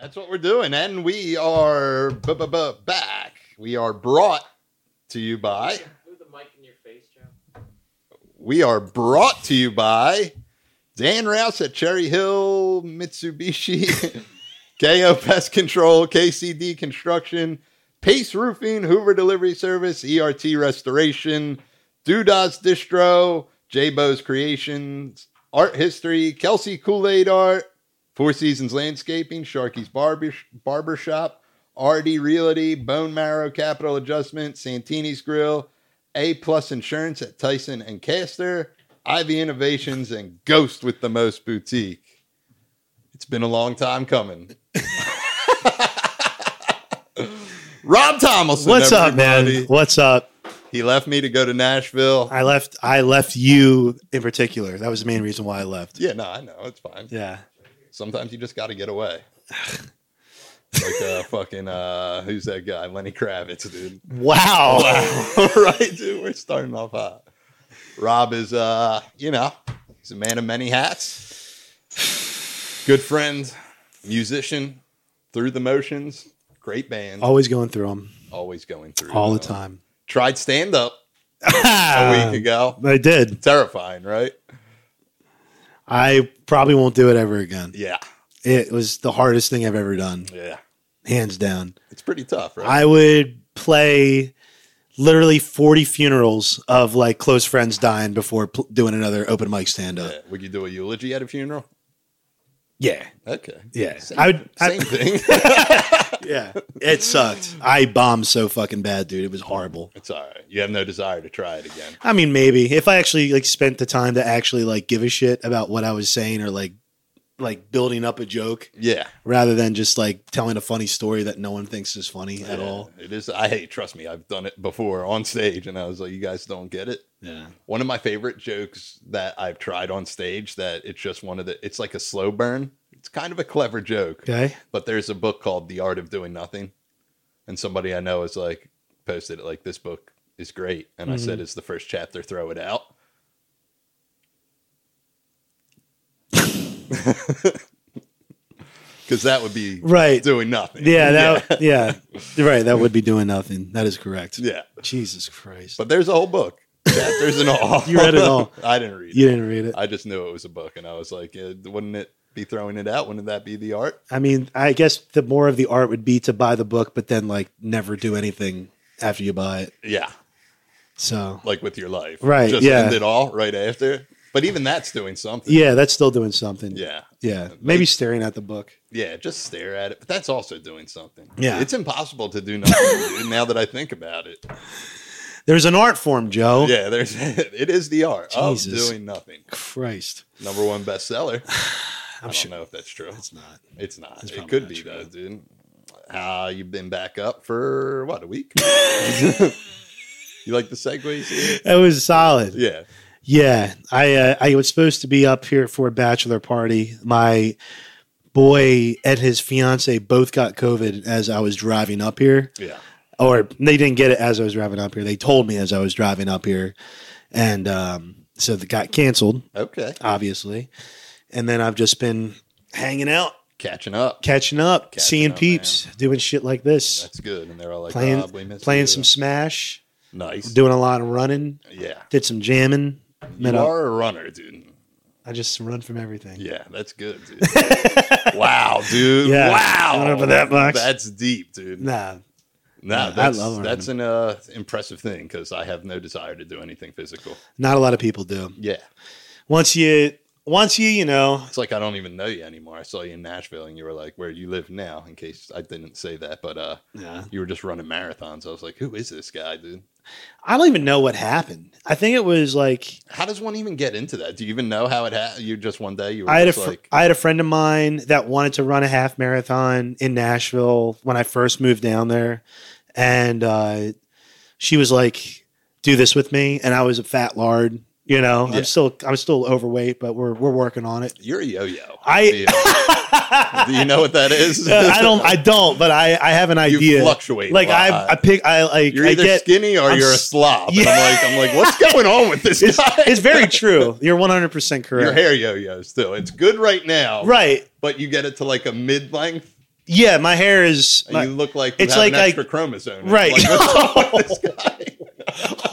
That's what we're doing. And we are bu- bu- bu- back. We are brought to you by. Move the mic in your face, Joe. We are brought to you by Dan Rouse at Cherry Hill, Mitsubishi, KO Pest Control, KCD Construction, Pace Roofing, Hoover Delivery Service, ERT Restoration, Dudas Distro, J Bo's Creations, Art History, Kelsey Kool Aid Art, Four Seasons Landscaping, Sharky's Barber Barbershop, RD Realty, Bone Marrow Capital Adjustment, Santini's Grill, A Plus Insurance at Tyson and Castor, Ivy Innovations, and Ghost with the Most Boutique. It's been a long time coming. Rob Tomlinson. What's up, everybody. man? What's up? He left me to go to Nashville. I left. I left you in particular. That was the main reason why I left. yeah, no, I know. It's fine. Yeah. Sometimes you just got to get away. like uh, fucking uh, who's that guy? Lenny Kravitz, dude. Wow. right, dude. We're starting off hot. Rob is uh, you know, he's a man of many hats. Good friend, musician, through the motions, great band, Always going through them always going through Oh. all the uh, time. Tried stand up a Ah, week ago. I did. Terrifying, right? I probably won't do it ever again. Yeah, It was the hardest thing I've ever done, yeah. hands down. It's pretty tough, right? I would play literally 40 funerals of like close friends dying before pl- doing another open mic stand up. Yeah. Would you do a eulogy at a funeral? Yeah. Okay. Yeah. Same, I would. I- same thing. yeah. It sucked. I bombed so fucking bad, dude. It was horrible. it's all right. You have no desire to try it again. I mean, maybe if I actually like spent the time to actually like give a shit about what I was saying or like like building up a joke Yeah. rather than just like telling a funny story that no one thinks is funny at Yeah. all. It is. I hate. Trust me, I've done it before on stage, and I was like, "You guys don't get it." Yeah. One of my favorite jokes that I've tried on stage that it's just one of the. It's like a slow burn. It's kind of a clever joke, Okay. but there's a book called The Art of Doing Nothing, and somebody I know is like posted it like this book is great, and I Mm-hmm. said, "It's the first chapter. Throw it out." Because that would be Right. doing nothing. Yeah. That, yeah. Right. That would be doing nothing. That is correct. yeah. Jesus Christ. But there's a whole book. Chapters and all. You read it all. I didn't read you it. didn't read it. I just knew it was a book, and I was like, eh, wouldn't it be throwing it out? Wouldn't that be the art? I mean, I guess the more of the art would be to buy the book, but then like never do anything after you buy it. Yeah, So like with your life, Right, Just yeah. end it all right after. But even that's doing something. yeah, that's still doing something. yeah, Yeah. Maybe staring at the book. yeah. Just stare at it, but that's also doing something. Yeah. it's impossible to do nothing dude, now that I think about it. There's an art form, Joe. Yeah, there's it is the art Jesus. Oh, of doing nothing. Christ. Number one bestseller. I I'm don't sure know if that's true. it's not. It's not. It's it probably could not be true. though, dude. Uh, you've been back up for what a week. you like the segues? here? It was solid. Yeah, Yeah. I uh, I was supposed to be up here for a bachelor party. My boy and his fiance both got COVID as I was driving up here, Yeah. or they didn't get it as I was driving up here. They told me as I was driving up here, and um, so it got canceled, Okay. obviously. And then I've just been hanging out, Catching up. catching up, Catching seeing up, peeps, doing shit like this, That's good. And they're all like playing "Rob, we missed playing you." some Smash, nice. doing a lot of running. yeah. did some jamming. You Met up. are a runner, dude. I just run from everything. Yeah, that's good, dude. wow, dude. Yeah. Wow. Run over that box. That's deep, dude. Nah, No, I that's, love running. that's an uh, impressive thing because I have no desire to do anything physical. not a lot of people do. Yeah. Once you, once you, you know, It's like I don't even know you anymore. I saw you in Nashville and you were like, where you live now, in case I didn't say that, but uh you were just running marathons. I was like, who is this guy, dude? I don't even know what happened. I think it was like How does one even get into that? Do you even know how it happened? You just one day you were I had a just fr- like I had a friend of mine that wanted to run a half marathon in Nashville when I first moved down there, and uh, she was like, "Do this with me," and I was a fat lard. You know, Yeah. I'm still I'm still overweight, but we're we're working on it. you're a yo yo. I- do you know what that is? Uh, I don't I don't, but I I have an you idea. fluctuate. like a lot. I, I pick I like you're I either get skinny or I'm you're a s- slob. And Yeah. I'm like I'm like, what's going on with this it's, guy? it's very true. You're 100 percent your correct. hair yo yo still. It's good right now. Right. But you get it to like a mid length Yeah, my hair is. my- you look like it's it's like like I- extra chromosome. Right. Like, oh, what's up with this guy?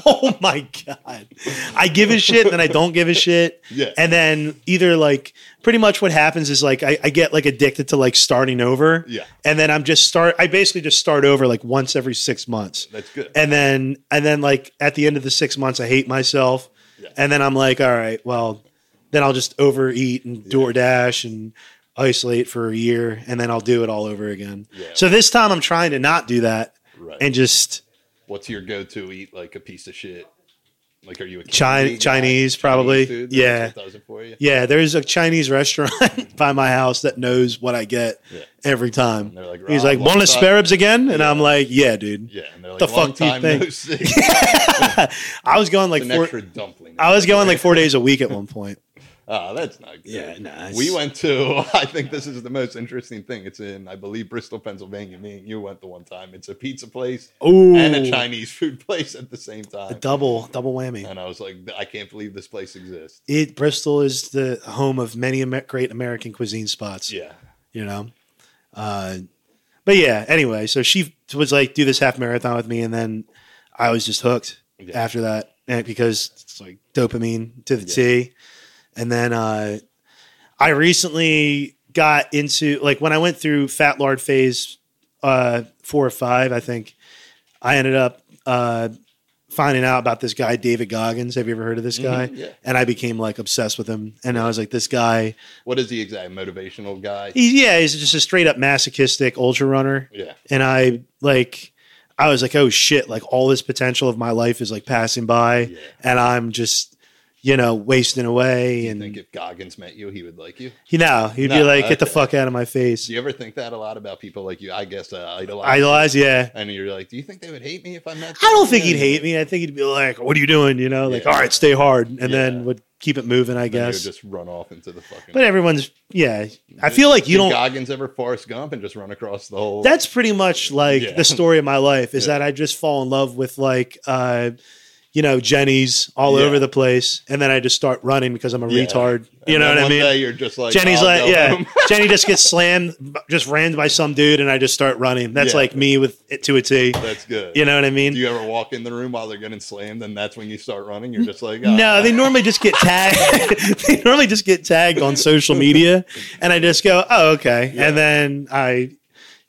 oh my god! I give a shit, then I don't give a shit. Yeah. and then either like pretty much what happens is like I, I get like addicted to like starting over Yeah. and then i'm just start i basically just start over like once every six months That's good. and then and then like at the end of the six months i hate myself Yeah. and then i'm like all right well then i'll just overeat and do or dash and isolate for a year and then i'll do it all over again Yeah. so this time i'm trying to not do that right. and just what's your go-to eat? Like a piece of shit. Like, are you a Chi- candy guy? Chinese, probably. food? Yeah. That's what does it for you. yeah there's a chinese restaurant by my house that knows what i get Yeah. every time And they're like, "Rob, He's like, long boneless time-" spare ribs again? And Yeah. I'm like, yeah, dude. Yeah, and they're like, The the fuck fuck do you time think? no see. I was going like an four. extra dumpling. I was going like four days a week at one point. Oh, that's not good. Yeah, nah, it's- we went to. I think this is the most interesting thing. It's in, I believe, Bristol, Pennsylvania. Me and you went the one time. It's a pizza place Ooh, and a Chinese food place at the same A time. double double whammy. And I was like, I can't believe this place exists. It Bristol is the home of many Amer- great American cuisine spots. Yeah, you know. Uh, but yeah, anyway, so she was like, do this half marathon with me, and then I was just hooked Yeah. after that, and because it's like dopamine to the T. And then uh, I recently got into like when I went through fat lard phase uh, four or five, I think I ended up uh, finding out about this guy David Goggins. Have you ever heard of this guy? Mhm, yeah. And I became like obsessed with him, and I was like, this guy What is the exact motivational guy? he's yeah, he's just a straight up masochistic ultra runner. yeah, And I like I was like, oh shit, like all this potential of my life is like passing by yeah. and I'm just, you know, wasting away Do you and think if Goggins met you, he would like you? he now he'd be No, like, get the okay. fuck out of my face. Do you ever think that a lot about people like you? I guess uh, idolize. Idolize, yeah. and you're like, do you think they would hate me if I met? I don't think them? he'd hate me. I think he'd be like, What are you doing? You know, like, Yeah. all right, stay hard and Yeah. then would keep it moving, I Then he would guess. just run off into the fucking. But everyone's yeah. I feel like you Did don't Goggins ever Forrest Gump and just run across the whole. that's pretty much like Yeah. the story of my life is Yeah. that I just fall in love with like uh you know Jenny's all Yeah. over the place and then I just start running because I'm a Yeah. retard. And You know then what I one mean? Day you're just like "Oh, Jenny's "I'll like go yeah. home." Jenny just gets slammed just rammed by some dude and I just start running. That's Yeah. like me with it to a T. That's good. You know what I mean? Do you ever walk in the room while they're getting slammed, and that's when you start running? You're just like, "Ah." No, they normally just get tagged. they normally just get tagged on social media, and I just go, "Oh, okay." Yeah. And then I,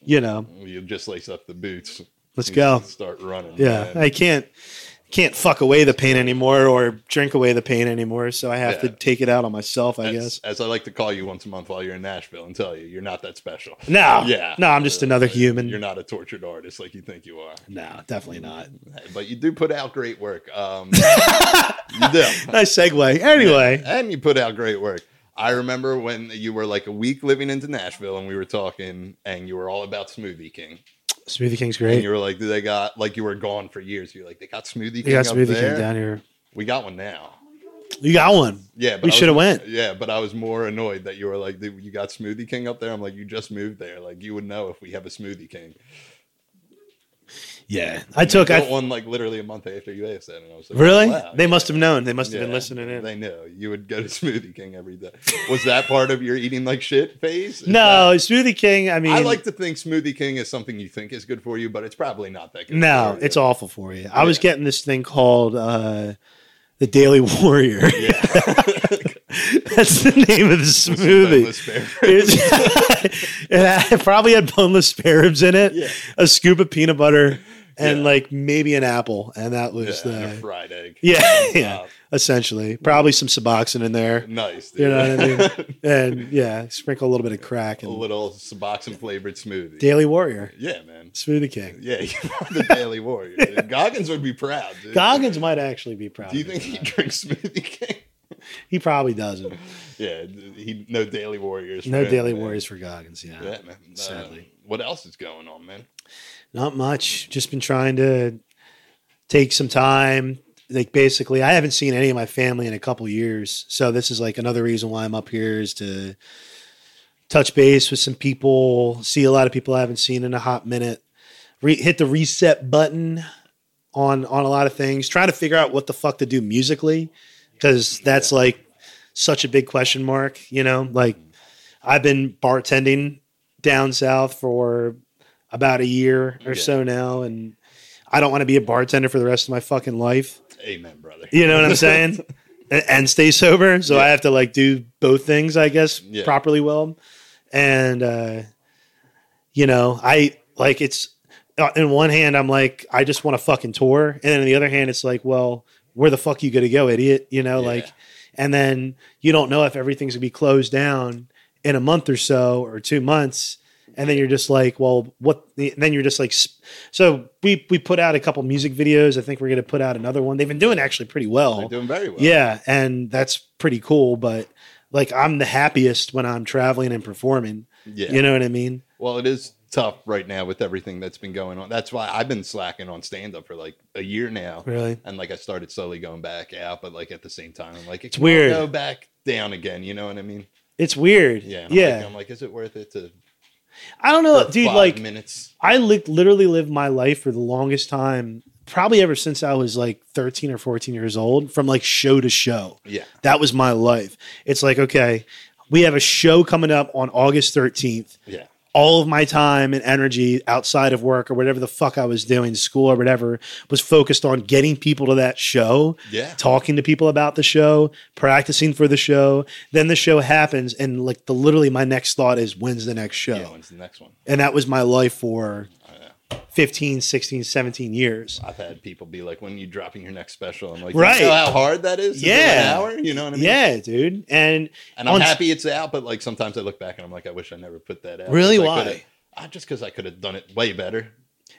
you know, You just lace up the boots. let's You go. just Start running. Yeah, man. I can't can't fuck away the pain anymore or drink away the pain anymore. So I have to Yeah. take it out on myself, I as, guess. as I like to call you once a month while you're in Nashville and tell you you're not that special. No, Yeah. Uh, no, I'm just another human. You're not a tortured artist like you think you are. No, definitely not. But you do put out great work. Um, you do. Nice segue. Anyway, And you put out great work. I remember when you were like a week living into Nashville and we were talking and you were all about Smoothie King. Smoothie King's And great. you were like, they got, like you were gone for years. You're like, they got Smoothie King You got up Smoothie there. King down here. We got one now. You got one. Yeah, but I We was- shoulda went. Yeah, but I was more annoyed that you were like, "Dude, you got Smoothie King up there. I'm like, you just moved there. Like, you would know if we have a Smoothie King. Yeah, I took. I I got one like literally a month after you asked that, and I was like, really. wow, They yeah. must have known. They must have been Yeah, listening in. They knew you would go to Smoothie King every day. Was that part of your eating like shit phase? Is No, Smoothie King. I that- mean, I like to think Smoothie King is something you think is good for you, but it's probably not that good. No, for you. it's awful for you. I was Yeah. getting this thing called uh, the Daily Warrior. yeah. That's the name of the smoothie. Boneless bear. It's- it probably had boneless spare ribs in it, Yeah. a scoop of peanut butter, and Yeah. like maybe an apple, and that was Yeah, and a the fried egg. yeah, yeah, Wow. essentially probably some Suboxone in there, Uh, nice. Dude. You know what and yeah, sprinkle a little bit of crack a and little Suboxone flavored smoothie. Daily Warrior yeah, man. Smoothie King. Yeah, you are the Daily Warrior. dude. Goggins would be proud. Dude. Goggins might actually be proud. Do you of think me. he drinks Smoothie King? he probably doesn't? Yeah, he no Daily Warriors. for No him, Daily man. Warriors for Goggins. Yeah, man. Uh, Sadly. what else is going on, man? Not much. Just been trying to take some time. Like basically, I haven't seen any of my family in a couple years, so this is like another reason why I'm up here is to touch base with some people, see a lot of people I haven't seen in a hot minute, Re- hit the reset button on on a lot of things, trying to figure out what the fuck to do musically because that's like such a big question mark. You know, like I've been bartending down south for about a year or Yeah. so now, and I don't want to be a bartender for the rest of my fucking life. Amen, brother. You know what I'm saying? A- and stay sober. So I Yeah. have to like do both things, I guess, Yeah. properly well. And uh, you know, I like it's uh, in one hand I'm like I just want to fucking tour, and then on the other hand it's like, well, where the fuck you gonna go, idiot? You know, Yeah. like, and then you don't know if everything's gonna be closed down in a month or so or two months. And then you're just like, well, what? the- Then you're just like, sp- so we we put out a couple music videos. I think we're gonna put out another one. They've been doing actually pretty well. They're doing very well. Yeah, and that's pretty cool. But like, I'm the happiest when I'm traveling and performing. yeah. You know what I mean? Well, it is tough right now with everything that's been going on. That's why I've been slacking on stand up for like a year now. Really? And like I started slowly going back out, but like at the same time, I'm like, it It's can all weird. Go back down again. You know what I mean? It's weird. Yeah. and I'm yeah. Like, I'm like, is it worth it to I don't know, for dude. five Like, minutes? I li- literally lived my life for the longest time, probably ever since I was like 13 or 14 years old, from like show to show. Yeah. That was my life. It's like, okay, we have a show coming up on August 13th. Yeah. all of my time and energy outside of work or whatever the fuck I was doing, school or whatever, was focused on getting people to that show, Yeah. talking to people about the show, practicing for the show. Then the show happens, and like the literally my next thought is when's the next show? Yeah. Oh, When's the next one? And that was my life for I know. 15, 16, 17 years. I've had people be like, when are you dropping your next special? I'm like, Right. you know how hard that is? to do Yeah. An hour? You know what I mean? Yeah, dude. And And I'm On- happy it's out, but like sometimes I look back and I'm like, I wish I never put that out. Really? 'Cause I Why? could've- I, just because I could have done it way better,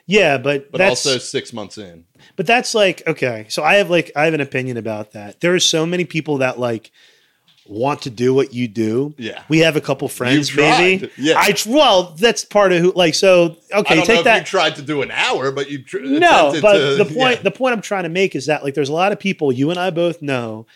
yeah, but, but that's also six months in. But that's like okay. So I have like I have an opinion about that. There are so many people that like want to do what you do. Yeah. We have a couple friends, You tried. maybe. Yeah. I tr- well, that's part of who. Like, so I okay, don't know take if that. you tried to do an hour, but you tr- no, attempted but to- the point yeah. the point I'm trying to make is that like there's a lot of people you and I both know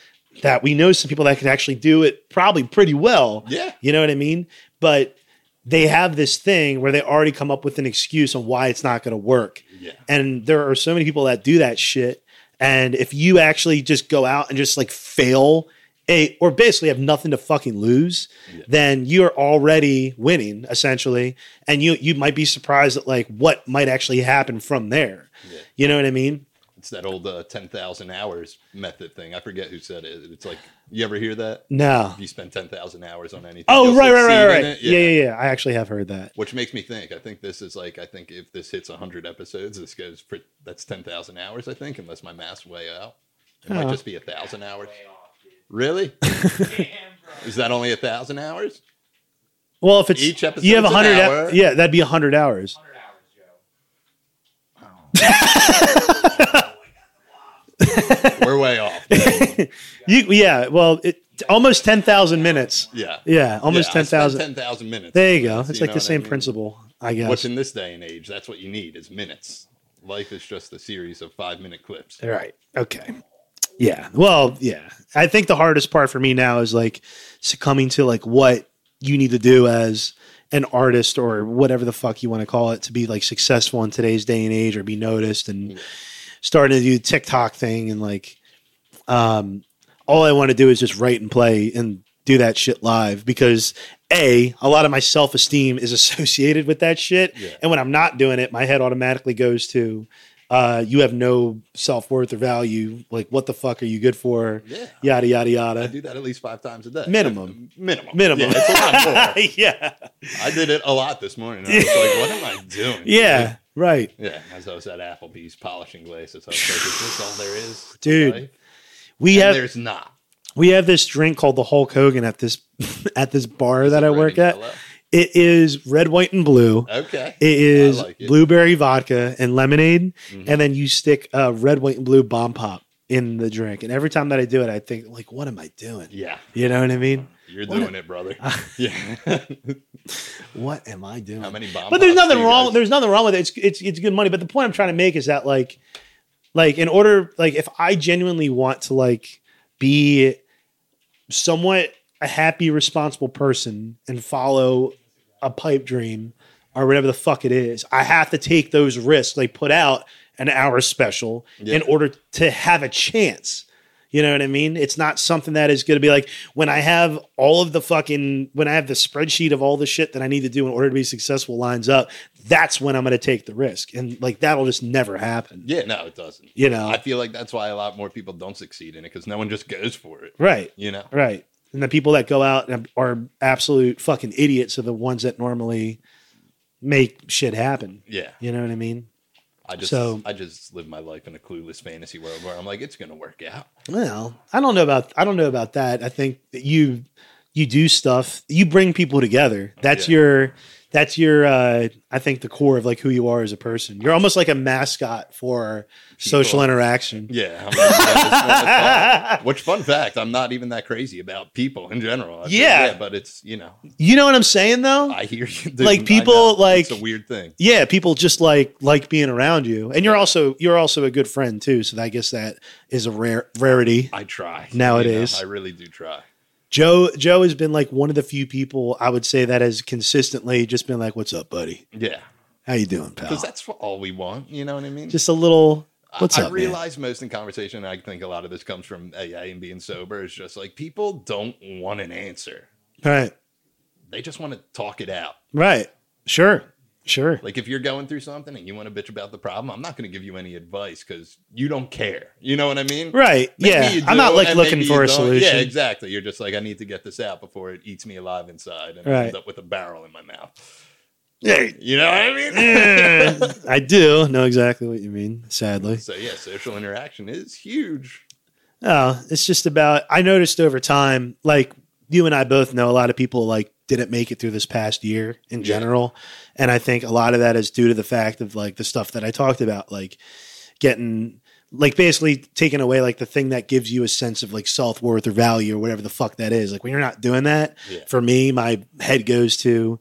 that we know some people that can actually do it probably pretty well. Yeah. You know what I mean? But they have this thing where they already come up with an excuse on why it's not going to work. Yeah. And there are so many people that do that shit. And if you actually just go out and just like fail a or basically have nothing to fucking lose, Yeah. then you're already winning essentially. And you you might be surprised at like what might actually happen from there. Yeah. You know what I mean? It's that old uh, 10,000 hours method thing. I forget who said it. It's like, you ever hear that? No. If you spend 10,000 hours on anything. Oh, you'll right, right, succeed right, in right. it. Yeah. yeah, yeah. I actually have heard that. Which makes me think. I think this is like. I think if this hits hundred episodes, this goes. Pre- that's ten thousand hours. I think, unless my math's way out, it might Oh. just be a thousand hours. Way off, dude. Really? Damn, bro. Is that only a thousand hours? Well, if it's Each episode's you have an hundred, hour. yeah, that'd be hundred hours. 100 hours, Joe. We're way off. You, yeah, well, it, almost ten thousand minutes. Yeah. Yeah, almost Yeah, I ten spent thousand. 10,000 minutes. There you go. It's You like know the what I same mean? principle, I guess. What's in this day and age? That's what you need is minutes. Life is just a series of five minute clips. right. Okay. Yeah. Well, yeah. I think the hardest part for me now is like succumbing to like what you need to do as an artist or whatever the fuck you want to call it to be like successful in today's day and age or be noticed and Yeah. starting to do TikTok thing and like um all I want to do is just write and play and do that shit live because a a lot of my self-esteem is associated with that shit Yeah. and when I'm not doing it my head automatically goes to uh you have no self-worth or value like what the fuck are you good for Yeah. yada yada I yada do that at least five times a day. Minimum. Minimum. minimum Yeah, it's a lot more. yeah I did it a lot this morning. I was like, what am I doing? yeah right Yeah, as I was at Applebee's polishing glasses, I was like, "Is this all there is, to Dude, life?" we And have there's not. we have this drink called the Hulk Hogan at this at this bar that I Red work and at. yellow. It is red, white, and blue. Okay. It is like it. blueberry vodka and lemonade, Mhm. and then you stick uh, red, white, and blue bomb pop in the drink. And every time that I do it, I think like, what am I doing? yeah, You know what I mean? you're What doing it, brother. yeah. What am I doing? How many bombs? but there's nothing wrong. There's nothing wrong with it. It's it's it's good money. But the point I'm trying to make is that like, like in order, like if I genuinely want to like be somewhat a happy, responsible person and follow a pipe dream or whatever the fuck it is, I have to take those risks. They put out an hour special Yeah. in order to have a chance. You know what I mean? It's not something that is going to be like when I have all of the fucking when I have the spreadsheet of all the shit that I need to do in order to be successful lines up. That's when I'm going to take the risk, and like that'll just never happen. Yeah, no, it doesn't. You know, I feel like that's why a lot more people don't succeed in it because no one just goes for it. right, You know, right. And the people that go out and are absolute fucking idiots are the ones that normally make shit happen. yeah. You know what I mean? I just So- I just live my life in a clueless fantasy world where I'm like, it's gonna work out. Well, I don't know about I don't know about that. I think that you you do stuff. You bring people together. That's Yeah. your that's your uh I think the core of like who you are as a person. You're almost like a mascot for social People. interaction. Yeah. I'm like, "Yeah, it's fun." Which fun fact, I'm not even that crazy about people in general. I feel- Yeah. but it's you know, You know what I'm saying though? I hear you. dude, Like, I people, know. it's like- a weird thing. yeah, people just like like being around you. And you're also you're also a good friend too, so I guess that is a rare rarity. I try Nowadays. I really do try. Joe Joe has been like one of the few people I would say that has consistently just been like, "What's up, buddy? Yeah, How you doing, pal?" because that's all we want. You know what I mean? just a little what's I, I up man? realize most in conversation, and I think a lot of this comes from AA and being sober. Is just like people don't want an answer; Right. they just want to talk it out. Right. Sure. Sure. Like if you're going through something and you want to bitch about the problem, I'm not going to give you any advice because you don't care. You know what I mean? Right. Maybe you yeah. do, I'm not like and looking maybe for you a don't. solution. Yeah, exactly. You're just like, I need to get this out before it eats me alive inside, and I Right. end up with a barrel in my mouth. Hey. You know what I mean? Eh, I do know exactly what you mean, sadly. So yeah, social interaction is huge. Oh, it's just about I noticed over time, like you and I both know a lot of people like didn't make it through this past year in Yeah. general. And I think a lot of that is due to the fact of like the stuff that I talked about, like getting like basically taking away like the thing that gives you a sense of like self worth or value or whatever the fuck that is. Like when you're not doing that, Yeah. for me, my head goes to,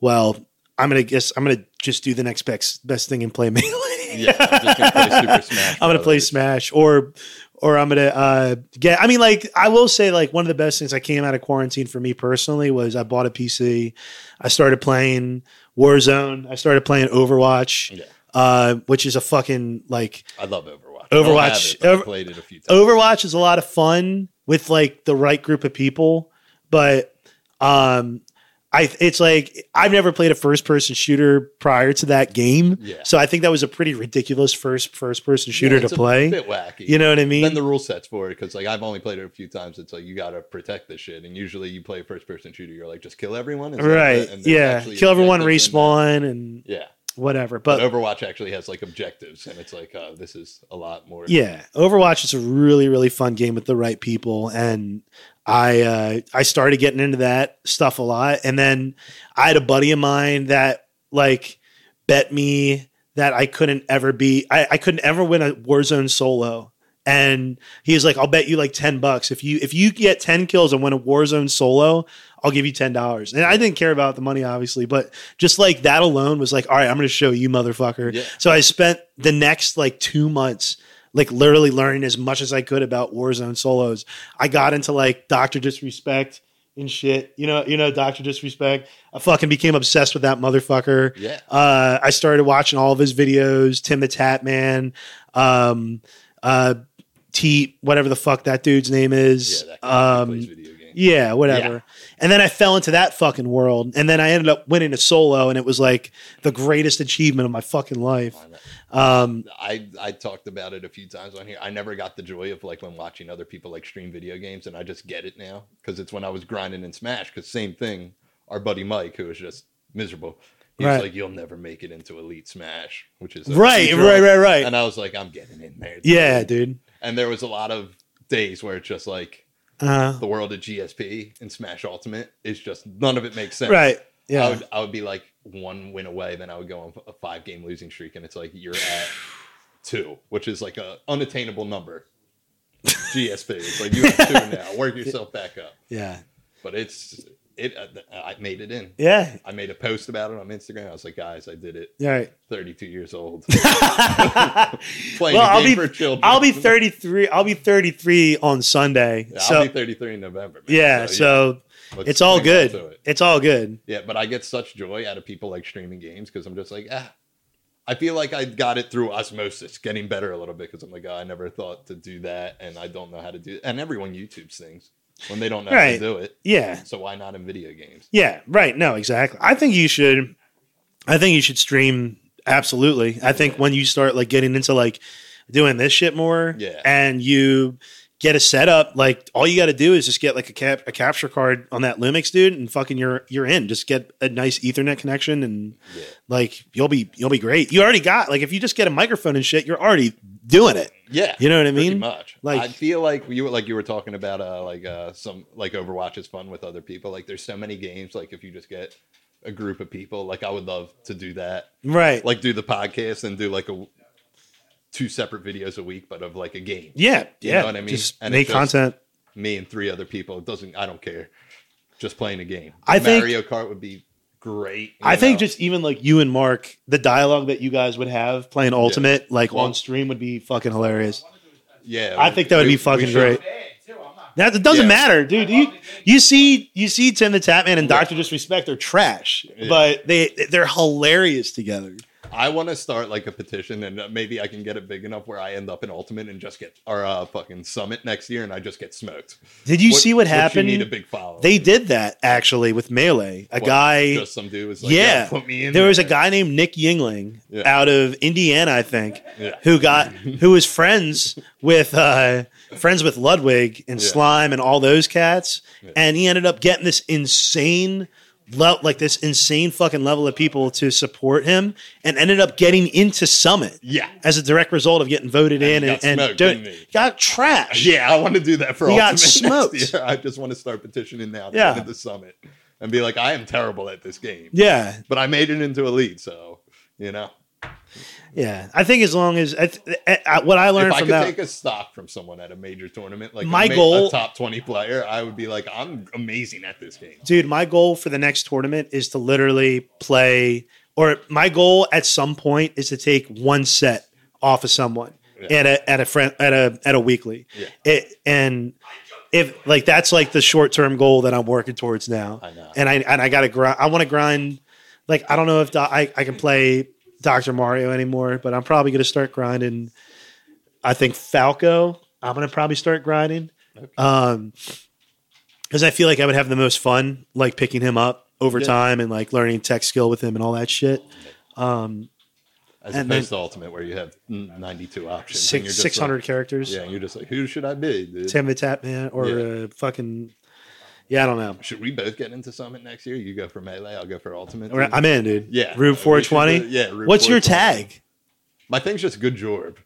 well, I'm gonna guess I'm gonna just do the next best best thing and play melee. Yeah, I'm just gonna play Super Smash I'm gonna play Brothers. Smash or or I'm gonna uh, get. I mean, like I will say, like one of the best things I came out of quarantine for me personally was I bought a PC. I started playing Warzone. I started playing Overwatch. Yeah. Uh, which is a fucking like I love Overwatch. I don't Overwatch- have it, but I've Over- played it a few times. Overwatch is a lot of fun with like the right group of people, but um I it's like I've never played a first person shooter prior to that game. Yeah. So I think that was a pretty ridiculous first first person shooter Yeah, it's to a play. bit wacky. You know what I mean? then the rule sets for it because like I've only played it a few times. It's like you got to protect this shit, and usually you play a first person shooter. You're like just kill everyone, Is that right. it? And there's Yeah. actually Kill everyone, objectives in there. respawn and Yeah, whatever. but, But Overwatch actually has like objectives, and it's like uh, this is a lot more. Yeah, Overwatch is a really really fun game with the right people, and I uh, I started getting into that stuff a lot, and then I had a buddy of mine that like bet me that I couldn't ever be I, I couldn't ever win a Warzone solo. And he was like, "I'll bet you like ten bucks if you if you get ten kills and win a Warzone solo, I'll give you ten dollars." And I didn't care about the money, obviously, but just like that alone was like, "All right, I'm going to show you, motherfucker." Yeah. So I spent the next like two months like literally learning as much as I could about Warzone solos. I got into like Doctor Disrespect and shit. You know, you know Doctor Disrespect. I fucking became obsessed with that motherfucker. yeah. Uh, I started watching all of his videos. Tim the Tap Man, um, uh, T, whatever the fuck that dude's name Yeah, is. that guy um, plays video games. yeah, whatever. And then I fell into that fucking world. And then I ended up winning a solo, and it was like the greatest achievement of my fucking life. Um, I I talked about it a few times on here. I never got the joy of like when watching other people like stream video games, and I just get it now because it's when I was grinding in Smash. Because same thing, our buddy Mike, who was just miserable, he Right. was like, "You'll never make it into Elite Smash," which is a right, feature. right, right, right. And I was like, "I'm getting in there." yeah, dude. And there was a lot of days where it's just like Uh, the world of GSP and Smash Ultimate is just none of it makes sense. right. I Yeah. would, I would be like one win away, then I would go on a five game losing streak, and it's like you're at two, which is like a unattainable number. GSP, it's like you have two now. Work yourself back up. Yeah. But it's it. Uh, I made it in. Yeah. I made a post about it on Instagram. I was like, guys, I did it. All right. 32 years old, playing well, a I'll game be for children. I'll be 33. I'll be 33 on Sunday. Yeah, I'll so be 33 in November. man. yeah, so yeah, let's it's all hang on good. to it. It's all good. Yeah, but I get such joy out of people like streaming games because I'm just like, ah, I feel like I got it through osmosis, getting better a little bit because I'm like, oh, I never thought to do that, and I don't know how to do. And everyone YouTubes things when they don't know how Right. to do it. Yeah. So why not in video games? Yeah, right. No, exactly. I think you should. I think you should stream. Absolutely. I think when you start like getting into like doing this shit more, Yeah. and you get a setup, like all you got to do is just get like a cap a capture card on that Lumix, dude, and fucking you're you're in. Just get a nice Ethernet connection, and Yeah. like you'll be you'll be great. You already got like if you just get a microphone and shit, you're already doing it. Yeah. You know what I Pretty mean? much. like- I feel like you were like you were talking about uh like uh some like Overwatch is fun with other people. Like there's so many games like if you just get a group of people, like I would love to do that. Right. Like do the podcast and do like a two separate videos a week, but of like a game. yeah. You yeah. know what I mean? Just And it make just- content. Me and three other people. It doesn't I don't care. Just playing a game. I think- Mario Kart would be great. you I think know? just even like you and Mark, the dialogue that you guys would have playing Ultimate, like Well- on stream, would be fucking hilarious. yeah. I we- think that would we- be fucking we should- great. That it doesn't Yeah. matter, dude. You you see you see Tim the Tapman and Doctor Disrespect, they're trash, Yeah. but they they're hilarious together. I want to start like a petition, and uh, maybe I can get it big enough where I end up in Ultimate and just get our uh, fucking Summit next year, and I just get smoked. Did you see what You need a happened? big follow. They did that actually with Melee. A What, guy just some dude was like, yeah, yeah, put me in. there was a guy named Nick Yingling Yeah. out of Indiana, I think, Yeah. who got who was friends with uh, friends with Ludwig and Yeah. Slime and all those cats, Yeah. and he ended up getting this insane. le- Like this insane fucking level of people to support him, and ended up getting into Summit Yeah, as a direct result of getting voted And he in got and, smoked, and don't- didn't he? got trashed. yeah. I want to do that for He Ultimate got next smoked. year. I just want to start petitioning now to Yeah. get into Summit and be like, I am terrible at this game, yeah, but I made it into Elite, so you know. yeah. I think as long as I th- I- I- what I if learned I from could that, take a stock from someone at a major tournament, like My a, ma- goal- a top twenty player, I would be like, I'm amazing at this game. dude my goal for the next tournament is to literally play or my goal at some point is to take one set off of someone Yeah. at a at a friend at a at a weekly Yeah. it, and if like that's like the short term goal that i'm working towards now I know. and i and i gotta grind i want to grind like i don't know if Do- I, I can play dr mario anymore but i'm probably gonna start grinding i think falco i'm gonna probably start grinding um because I feel like I would have the most fun like picking him up over Yeah. time and like learning tech skill with him and all that shit. Um, As And opposed to Ultimate, where you have mm, 92 options. and you're six just six hundred Like, characters. yeah, and you're just like, who should I be, dude? Tim the Tap Man or Yeah. uh, fucking yeah, I don't know. Should we both get into Summit next year? You go for Melee, I'll go for Ultimate. Or- I'm in, dude. yeah. Rube we should four twenty. do- Yeah. Rube What's your 420. tag? My thing's just Good Jorb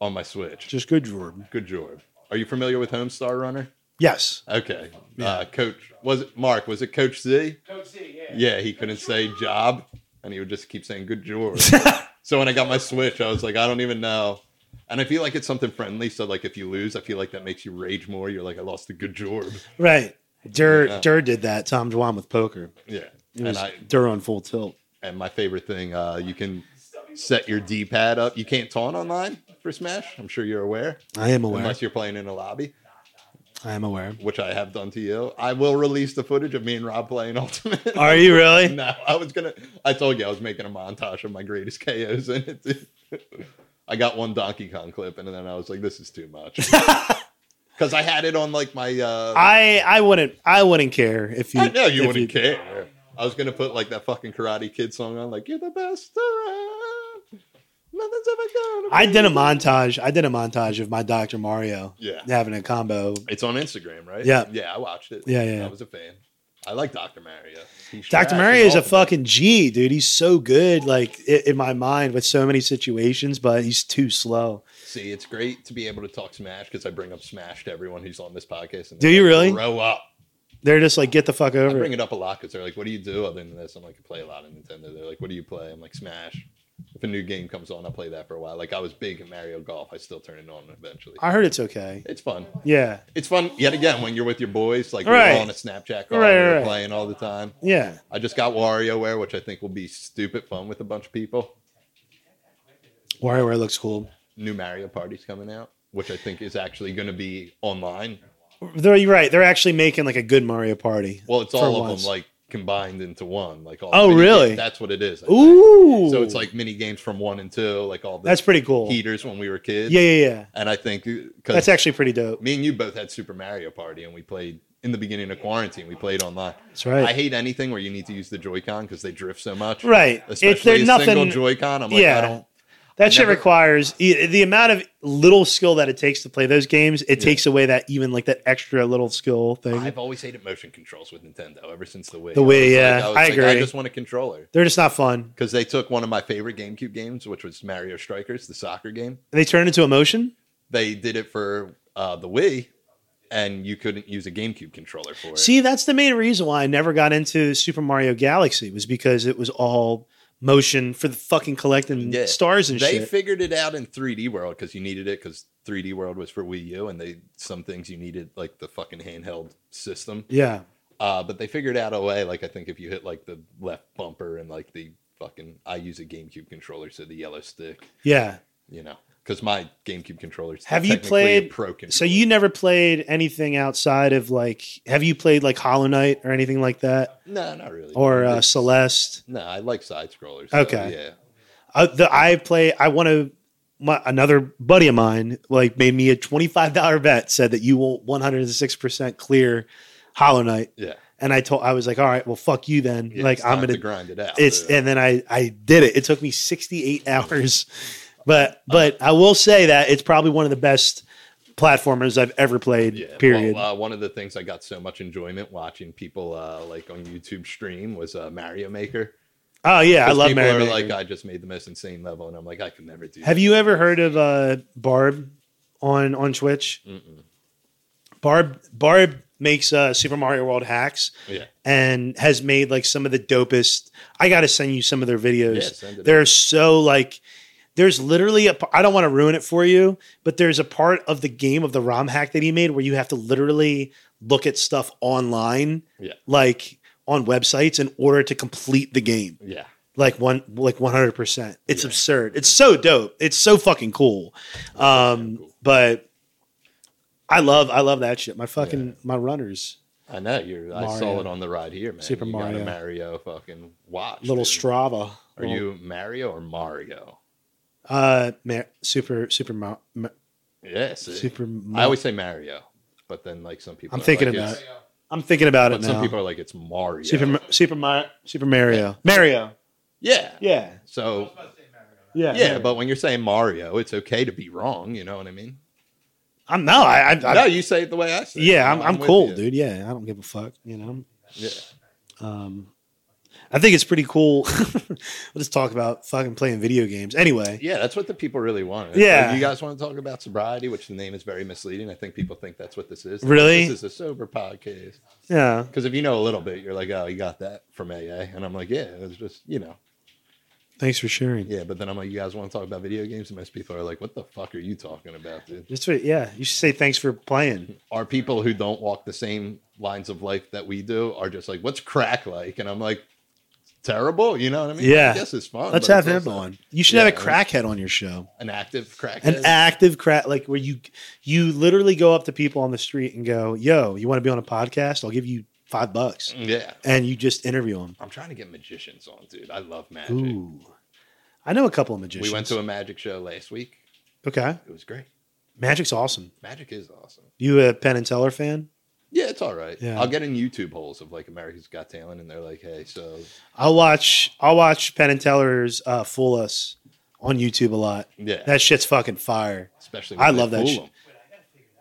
on my Switch. Just good Jordan. Good Jorb. Are you familiar with Homestar Runner? Yes. Okay. Yeah. Uh, Coach, was it Mark? Was it Coach Z? Coach C, yeah. Yeah, he couldn't say job, and he would just keep saying good Jorb. so when I got my Switch, I was like, I don't even know. And I feel like it's something friendly. So like, if you lose, I feel like that makes you rage more. You're like, I lost the good Jorb. Right. Dur Yeah. Dur did that. Tom Dwan with poker. Yeah. It was And I Dur on full tilt. and my favorite thing, uh, you can set your D-pad up. You can't taunt online for Smash. I'm sure you're aware, I am aware. unless you're playing in a lobby, I am aware. which I have done to you. I will release the footage of me and Rob playing Ultimate. Are you really? No, I was gonna. I told you I was making a montage of my greatest KOs in it. dude. I got one Donkey Kong clip, and then I was like, "This is too much," because I had it on like my. Uh, I, I I wouldn't I wouldn't care if you know you if wouldn't care. I was gonna put like that fucking Karate Kid song on, like "You're the best around. Nothing's ever gonna." I be did a the-" montage. I did a montage of my Dr. Mario Yeah, having a combo. it's on Instagram, right? Yeah. yeah. I watched it. Yeah, yeah. I was a fan. I like Doctor Mario. He's trash Dr. Mario is and a awful. fucking G, dude. He's so good, like i- in my mind with so many situations, but he's too slow. See, it's great to be able to talk Smash because I bring up Smash to everyone who's on this podcast. And Do they're you like, really? grow up? They're just like, get the fuck I over bring it. it up a lot because they're like, "What do you do other than this?" I'm like, "I play a lot of Nintendo." They're like, "What do you play?" I'm like, "Smash." If a new game comes on, I play that for a while. Like I was big in Mario Golf, I still turn it on eventually. I heard it's okay. It's fun. Yeah, It's fun yet again when you're with your boys. Like Right. we're all on a Snapchat call, Right, and we're right. playing all the time. yeah. I just got WarioWare, which I think will be stupid fun with a bunch of people. WarioWare looks cool. New Mario Party's coming out, which I think is actually going to be online They're, you're right. They're actually making like a good Mario Party. Well, it's for all of once. them like combined into one. Like all Oh, mini really? games. That's what it is. I think. Ooh. So it's like mini games from one and two, like all the that's pretty cool. heaters when we were kids. Yeah, yeah, yeah. And I think because That's actually pretty dope. me and you both had Super Mario Party, and we played in the beginning of quarantine. We played online. That's right. I hate anything where you need to use the Joy-Con because they drift so much. Right. It's- Especially they're a single nothing- Joy-Con. I'm like, Yeah. I don't. that I shit never- requires e- the amount of little skill that it takes to play those games. It Yeah. takes away that even like that extra little skill thing. I've always hated motion controls with Nintendo ever since the Wii. The I was Wii, yeah. I, was I I agree. just want a controller They're just not fun. because they took one of my favorite GameCube games, which was Mario Strikers, the soccer game. They turn into emotion. They did it for uh, the Wii, and you couldn't use a GameCube controller for it. See, that's the main reason why I never got into Super Mario Galaxy was because it was all motion for the fucking collecting Yeah. stars and they shit. figured it out in 3D World because you needed it because 3D World was for Wii U, and they some things you needed like the fucking handheld system. yeah. Uh, but they figured out a way. Like I think if you hit like the left bumper and like the fucking, I use a GameCube controller, so the yellow stick. Yeah. you know, because my GameCube controllers Have you technically played- a pro controller. So you never played anything outside of like have you played like Hollow Knight or anything like that no, not really, or uh, It's- Celeste? No, I like side scrollers. Okay. yeah, Uh, the I play I want to my, another buddy of mine like made me a $25 bet said that you will 106% clear Hollow Knight yeah. and I told I was like all right, well fuck you then. Yeah, like it's I'm time going to grind it out. it's yeah. and then I I did it. It took me 68 hours. But but I will say that it's probably one of the best platformers I've ever played. Yeah. Period. Well, uh, one of the things I got so much enjoyment watching people uh, like on YouTube stream was uh, Mario Maker. oh yeah, I 'Cause love people Mario. are Maker. like, I just made the most insane level, and I'm like, I can never do. Have you ever heard of uh, Barb on on Twitch? Mm-mm. Barb Barb makes uh, Super Mario World hacks that. Oh, Yeah. and has made like some of the dopest. I got to send you some of their videos. Yeah, send it They're so like there's literally a p- I don't want to ruin it for you, but there's a part of the game of the ROM hack that he made where you have to literally look at stuff online, Yeah. like on websites in order to complete the game. Yeah. Like one like 100%. It's Yeah. absurd. It's so dope. It's so fucking cool. Um cool. but I love I love that shit. My fucking my runners. I know you're. I saw Mario. it on the ride here, man. Super you got Mario. a Mario fucking watch. Little dude. Strava. Are you Mario or Mario? Uh, Ma- super, super, ma- ma- Yeah, see. super. Ma- I always say Mario, but then like some people, I'm are thinking like, about it's- it. I'm thinking about it But now. some people are like it's Mario. super, Ma- super, Mario, super Mario, Mario. yeah. Yeah, I was So supposed to say Mario. yeah, yeah, Mario. but when you're saying Mario, it's okay to be wrong. You know what I mean? I'm no, I, I, I no, you say it the way I say. it. yeah, I'm, I'm with cool, you. dude. Yeah, I don't give a fuck. You know, Yeah. um, I think it's pretty cool. we'll just talk about fucking playing video games. Anyway, Yeah, that's what the people really want. It's Yeah. like, you guys want to talk about sobriety, which the name is very misleading. I think people think that's what this is. They're like, Really? this is a sober podcast. yeah, Because if you know a little bit, you're like, oh, you got that from AA, and I'm like, yeah, it's just you know, thanks for sharing. yeah. But then I'm like, you guys want to talk about video games, and most people are like, what the fuck are you talking about, dude? Just for, yeah, you should say thanks for playing. are people who don't walk the same lines of life that we do are just like, what's crack like? And I'm like, terrible. You know what I mean? Yeah. I guess it's fun. Let's but have it's him also on. You should Yeah, have a crackhead on your show. An active crack. an active crowd like where you you literally go up to people on the street and go yo you want to be on a podcast i'll give you five bucks yeah. and you just interview them I'm trying to get magicians on, dude. I love magic. ooh i know a couple of magicians We went to a magic show last week. okay It was great. magic's awesome Magic is awesome. you a penn and teller fan Yeah, it's all right. Yeah. I'll get in YouTube holes of like America's Got Talent, and they're like, hey, so i'll watch i'll watch penn and teller's uh, fool us on youtube a lot yeah, that shit's fucking fire especially I they love that fool shit. 'em.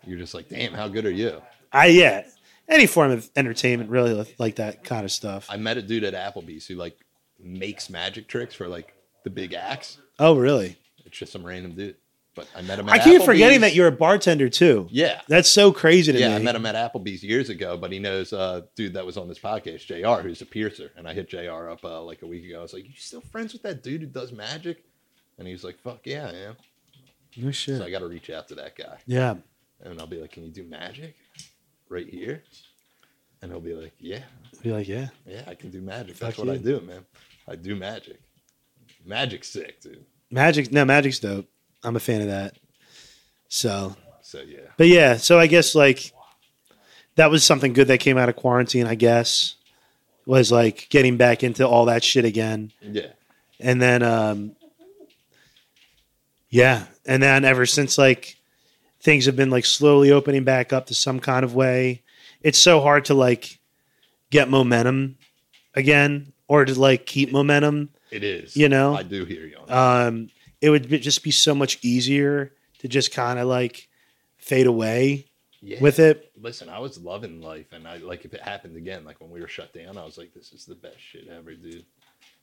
You're just like, damn, how good are you? i yeah any form of entertainment really li- like that kind of stuff I met a dude at Applebee's who like makes magic tricks for like the big acts. oh really It's just some random dude. But I met him. At i keep Applebee's. forgetting that you're a bartender too Yeah, that's so crazy to yeah. me I met him at Applebee's years ago, but he knows uh, dude that was on this podcast, Jr., who's a piercer, and I hit Jr. up uh, like a week ago. I was like, "You still friends with that dude who does magic?" And he was like, "Fuck yeah, I am." no shit So I got to reach out to that guy, yeah and I'll be like, "Can you do magic right here?" And he'll be like, "Yeah, Be like, yeah. yeah, I can do magic. Fuck That's what I do, you. man. I do magic. Magic's sick, dude." Magic, no, Magic's dope. I'm a fan of that. So, So yeah. but yeah, so I guess like that was something good that came out of quarantine, I guess, was like getting back into all that shit again. Yeah. And then, um, yeah. And then ever since like things have been like slowly opening back up to some kind of way, it's so hard to like get momentum again or to like keep momentum. It is. You know? I do hear you. On that. Um, it would be, just be so much easier to just kind of like fade away yeah. with it. listen, I was loving life, and I like if it happened again, like when we were shut down, I was like, this is the best shit ever, dude.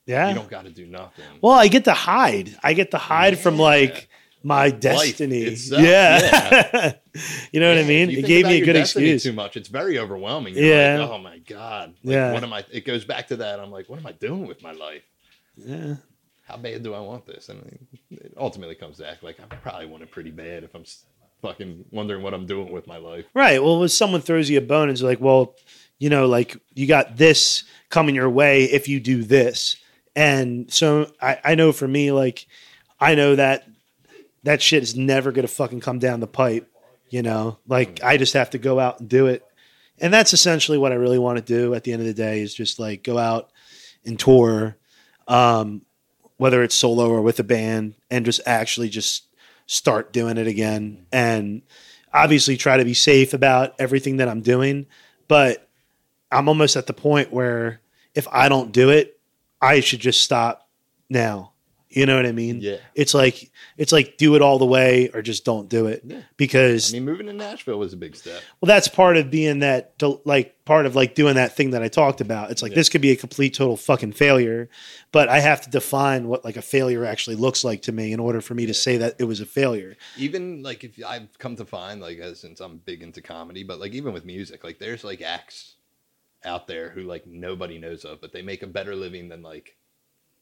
Yeah. You don't got to do nothing. Well, I get to hide. I get to hide from Yeah. like my destiny. itself, yeah. you know what I Yeah, mean? if you It think gave about me a your good destiny excuse. Too much. It's very overwhelming. You're yeah. Yeah. oh my god. Like, Yeah. What am I? It goes back to that. I'm like, what am I doing with my life? Yeah. How bad do I want this? And it ultimately comes back like I probably want it pretty bad if I'm s- fucking wondering what I'm doing with my life. Right. Well, when someone throws you a bone and is like, well, you know, like you got this coming your way if you do this. And so I, I know for me, like, I know that that shit is never going to fucking come down the pipe. You know, like I just have to go out and do it. And that's essentially what I really want to do at the end of the day is just like go out and tour, um, whether it's solo or with a band, and just actually just start doing it again. And obviously try to be safe about everything that I'm doing, but I'm almost at the point where if I don't do it, I should just stop now. You know what I mean? Yeah. It's like it's like do it all the way or just don't do it Yeah. I because mean, moving to Nashville was a big step. well that's part of being that del- like part of like doing that thing that I talked about. It's like Yeah. this could be a complete total fucking failure, but I have to define what like a failure actually looks like to me in order for me to say that it was a failure. even like if I've come to find like uh, since I'm big into comedy, but like even with music, like there's like acts out there who like nobody knows of, but they make a better living than like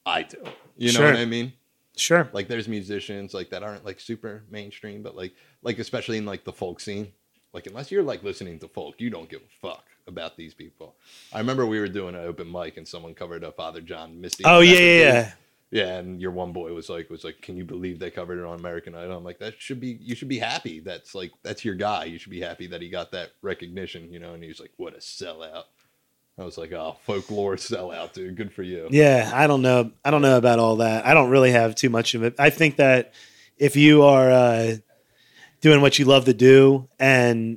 I do. You know Sure. what I mean? Sure. Like there's musicians like that aren't like super mainstream, but like like especially in like the folk scene. Like unless you're like listening to folk, you don't give a fuck about these people. I remember we were doing an open mic and someone covered up Father John Misty. Oh yeah, yeah, Rafferty. yeah. Yeah, and your one boy was like, was like, can you believe they covered it on American Idol? I'm like, that should be, you should be happy. That's like, that's your guy. You should be happy that he got that recognition, you know. And he was like, what a sellout. I was like, oh, folklore sellout, dude. Good for you. Yeah, I don't know. I don't know about all that. I don't really have too much of it. I think that if you are uh, doing what you love to do, and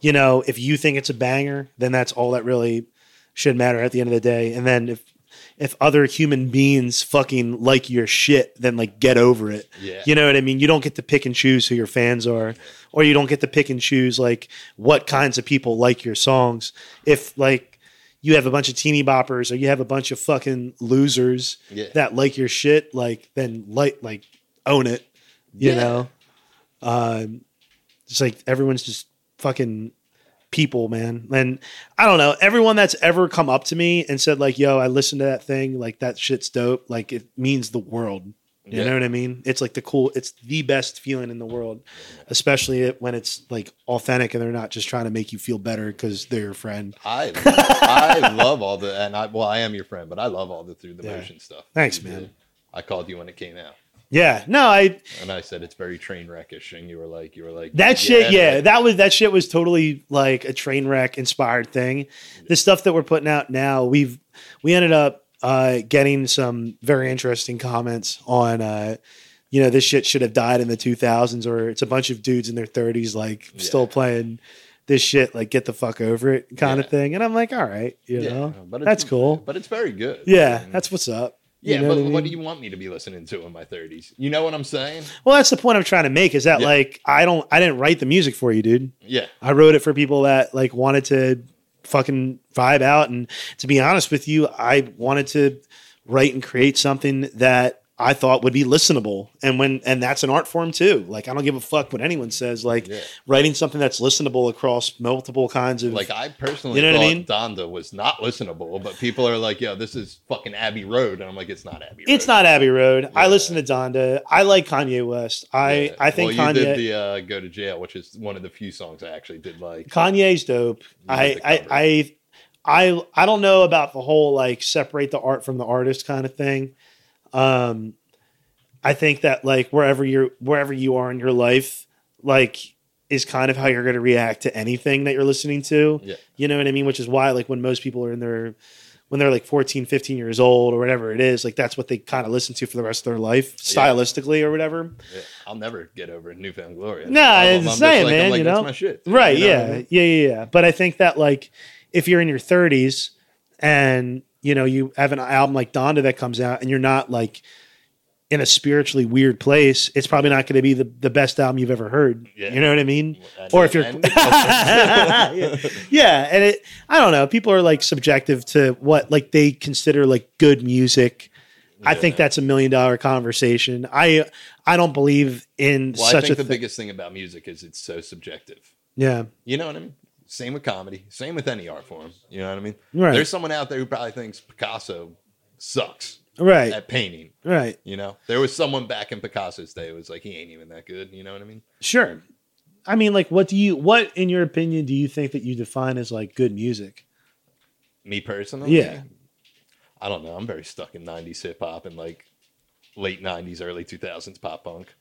you know, if you think it's a banger, then that's all that really should matter at the end of the day. And then if if other human beings fucking like your shit, then like get over it. Yeah. You know what I mean? You don't get to pick and choose who your fans are, or you don't get to pick and choose like what kinds of people like your songs. If like you have a bunch of teeny boppers or you have a bunch of fucking losers Yeah. that like your shit, like then like like own it. You Yeah. know? Um just like everyone's just fucking people, man. And I don't know, everyone that's ever come up to me and said, like, yo, I listened to that thing, like that shit's dope, like it means the world. You Yeah. know what I mean? It's like the cool, it's the best feeling in the world, especially it- when it's like authentic and they're not just trying to make you feel better because they're your friend. I, I love all the, and I, well, I am your friend, but I love all the through the Yeah. motion stuff. Thanks, You man. did. I called you when it came out, Yeah. No, I, and I said it's very train wreckish, and you were like, you were like that shit, yeah, like- that was, that shit was totally like a train wreck inspired thing. The stuff that we're putting out now, we've, we ended up uh, getting some very interesting comments on, uh, you know, this shit should have died in the 2000s or it's a bunch of dudes in their 30s, like still Yeah. playing this shit, like get the fuck over it kind Yeah. of thing. And I'm like, all right, you Yeah, know, but it's- that's cool. but it's very good. Yeah, And- that's what's up. You Yeah, know but what I what do mean? you want me to be listening to in my 30s? You know what I'm saying? Well, that's the point I'm trying to make is that Yeah. like I don't I didn't write the music for you, dude. Yeah. I wrote it for people that like wanted to fucking vibe out and to be honest with you, I wanted to write and create something that I thought would be listenable. And when and that's an art form too. Like I don't give a fuck what anyone says like Yeah. writing something that's listenable across multiple kinds of Like I personally You know what I thought Donda was not listenable, but people are like, "Yo, this is fucking Abbey Road," and I'm like, "It's not Abbey Road. it's not Abbey Road. I Yeah. listen to Donda. I like Kanye West. I Yeah. I think well, you Kanye did the uh, "Go to Jail," which is one of the few songs I actually did like. Kanye's dope. I, like the cover. I I I I don't know about the whole like separate the art from the artist kind of thing. Um I think that like wherever you're wherever you are in your life, like is kind of how you're gonna react to anything that you're listening to. Yeah. You know what I mean? Which is why like when most people are in their when they're like 14, 15 years old or whatever it is, like that's what they kind of listen to for the rest of their life, stylistically or whatever. Yeah, I'll never get over Newfound Glory. Nah, I love them. I'm it's the same, just I'm man, you that's know? my shit. Right. You know what I yeah. mean? Yeah. Yeah. Yeah. But I think that like if you're in your 30s and you know you have an album like Donda that comes out and you're not like in a spiritually weird place, it's probably not going to be the, the best album you've ever heard. Yeah. You know what I mean? And- Or if you're, and- yeah. yeah, and it, I don't know. People are like subjective to what like they consider like good music. I think that's a million dollar conversation. I I don't believe in well, I such think a the thing. biggest thing about music is it's so subjective. yeah, You know what I mean? Same with comedy. Same with any art form. You know what I mean? Right. There's someone out there who probably thinks Picasso sucks right, at painting. right, You know, there was someone back in Picasso's day who was like, he ain't even that good. You know what I mean? sure. I mean, like, what do you? What, in your opinion, do you think that you define as like good music? Me personally, Yeah. I don't know. I'm very stuck in '90s hip hop and like late '90s, early 2000s pop punk.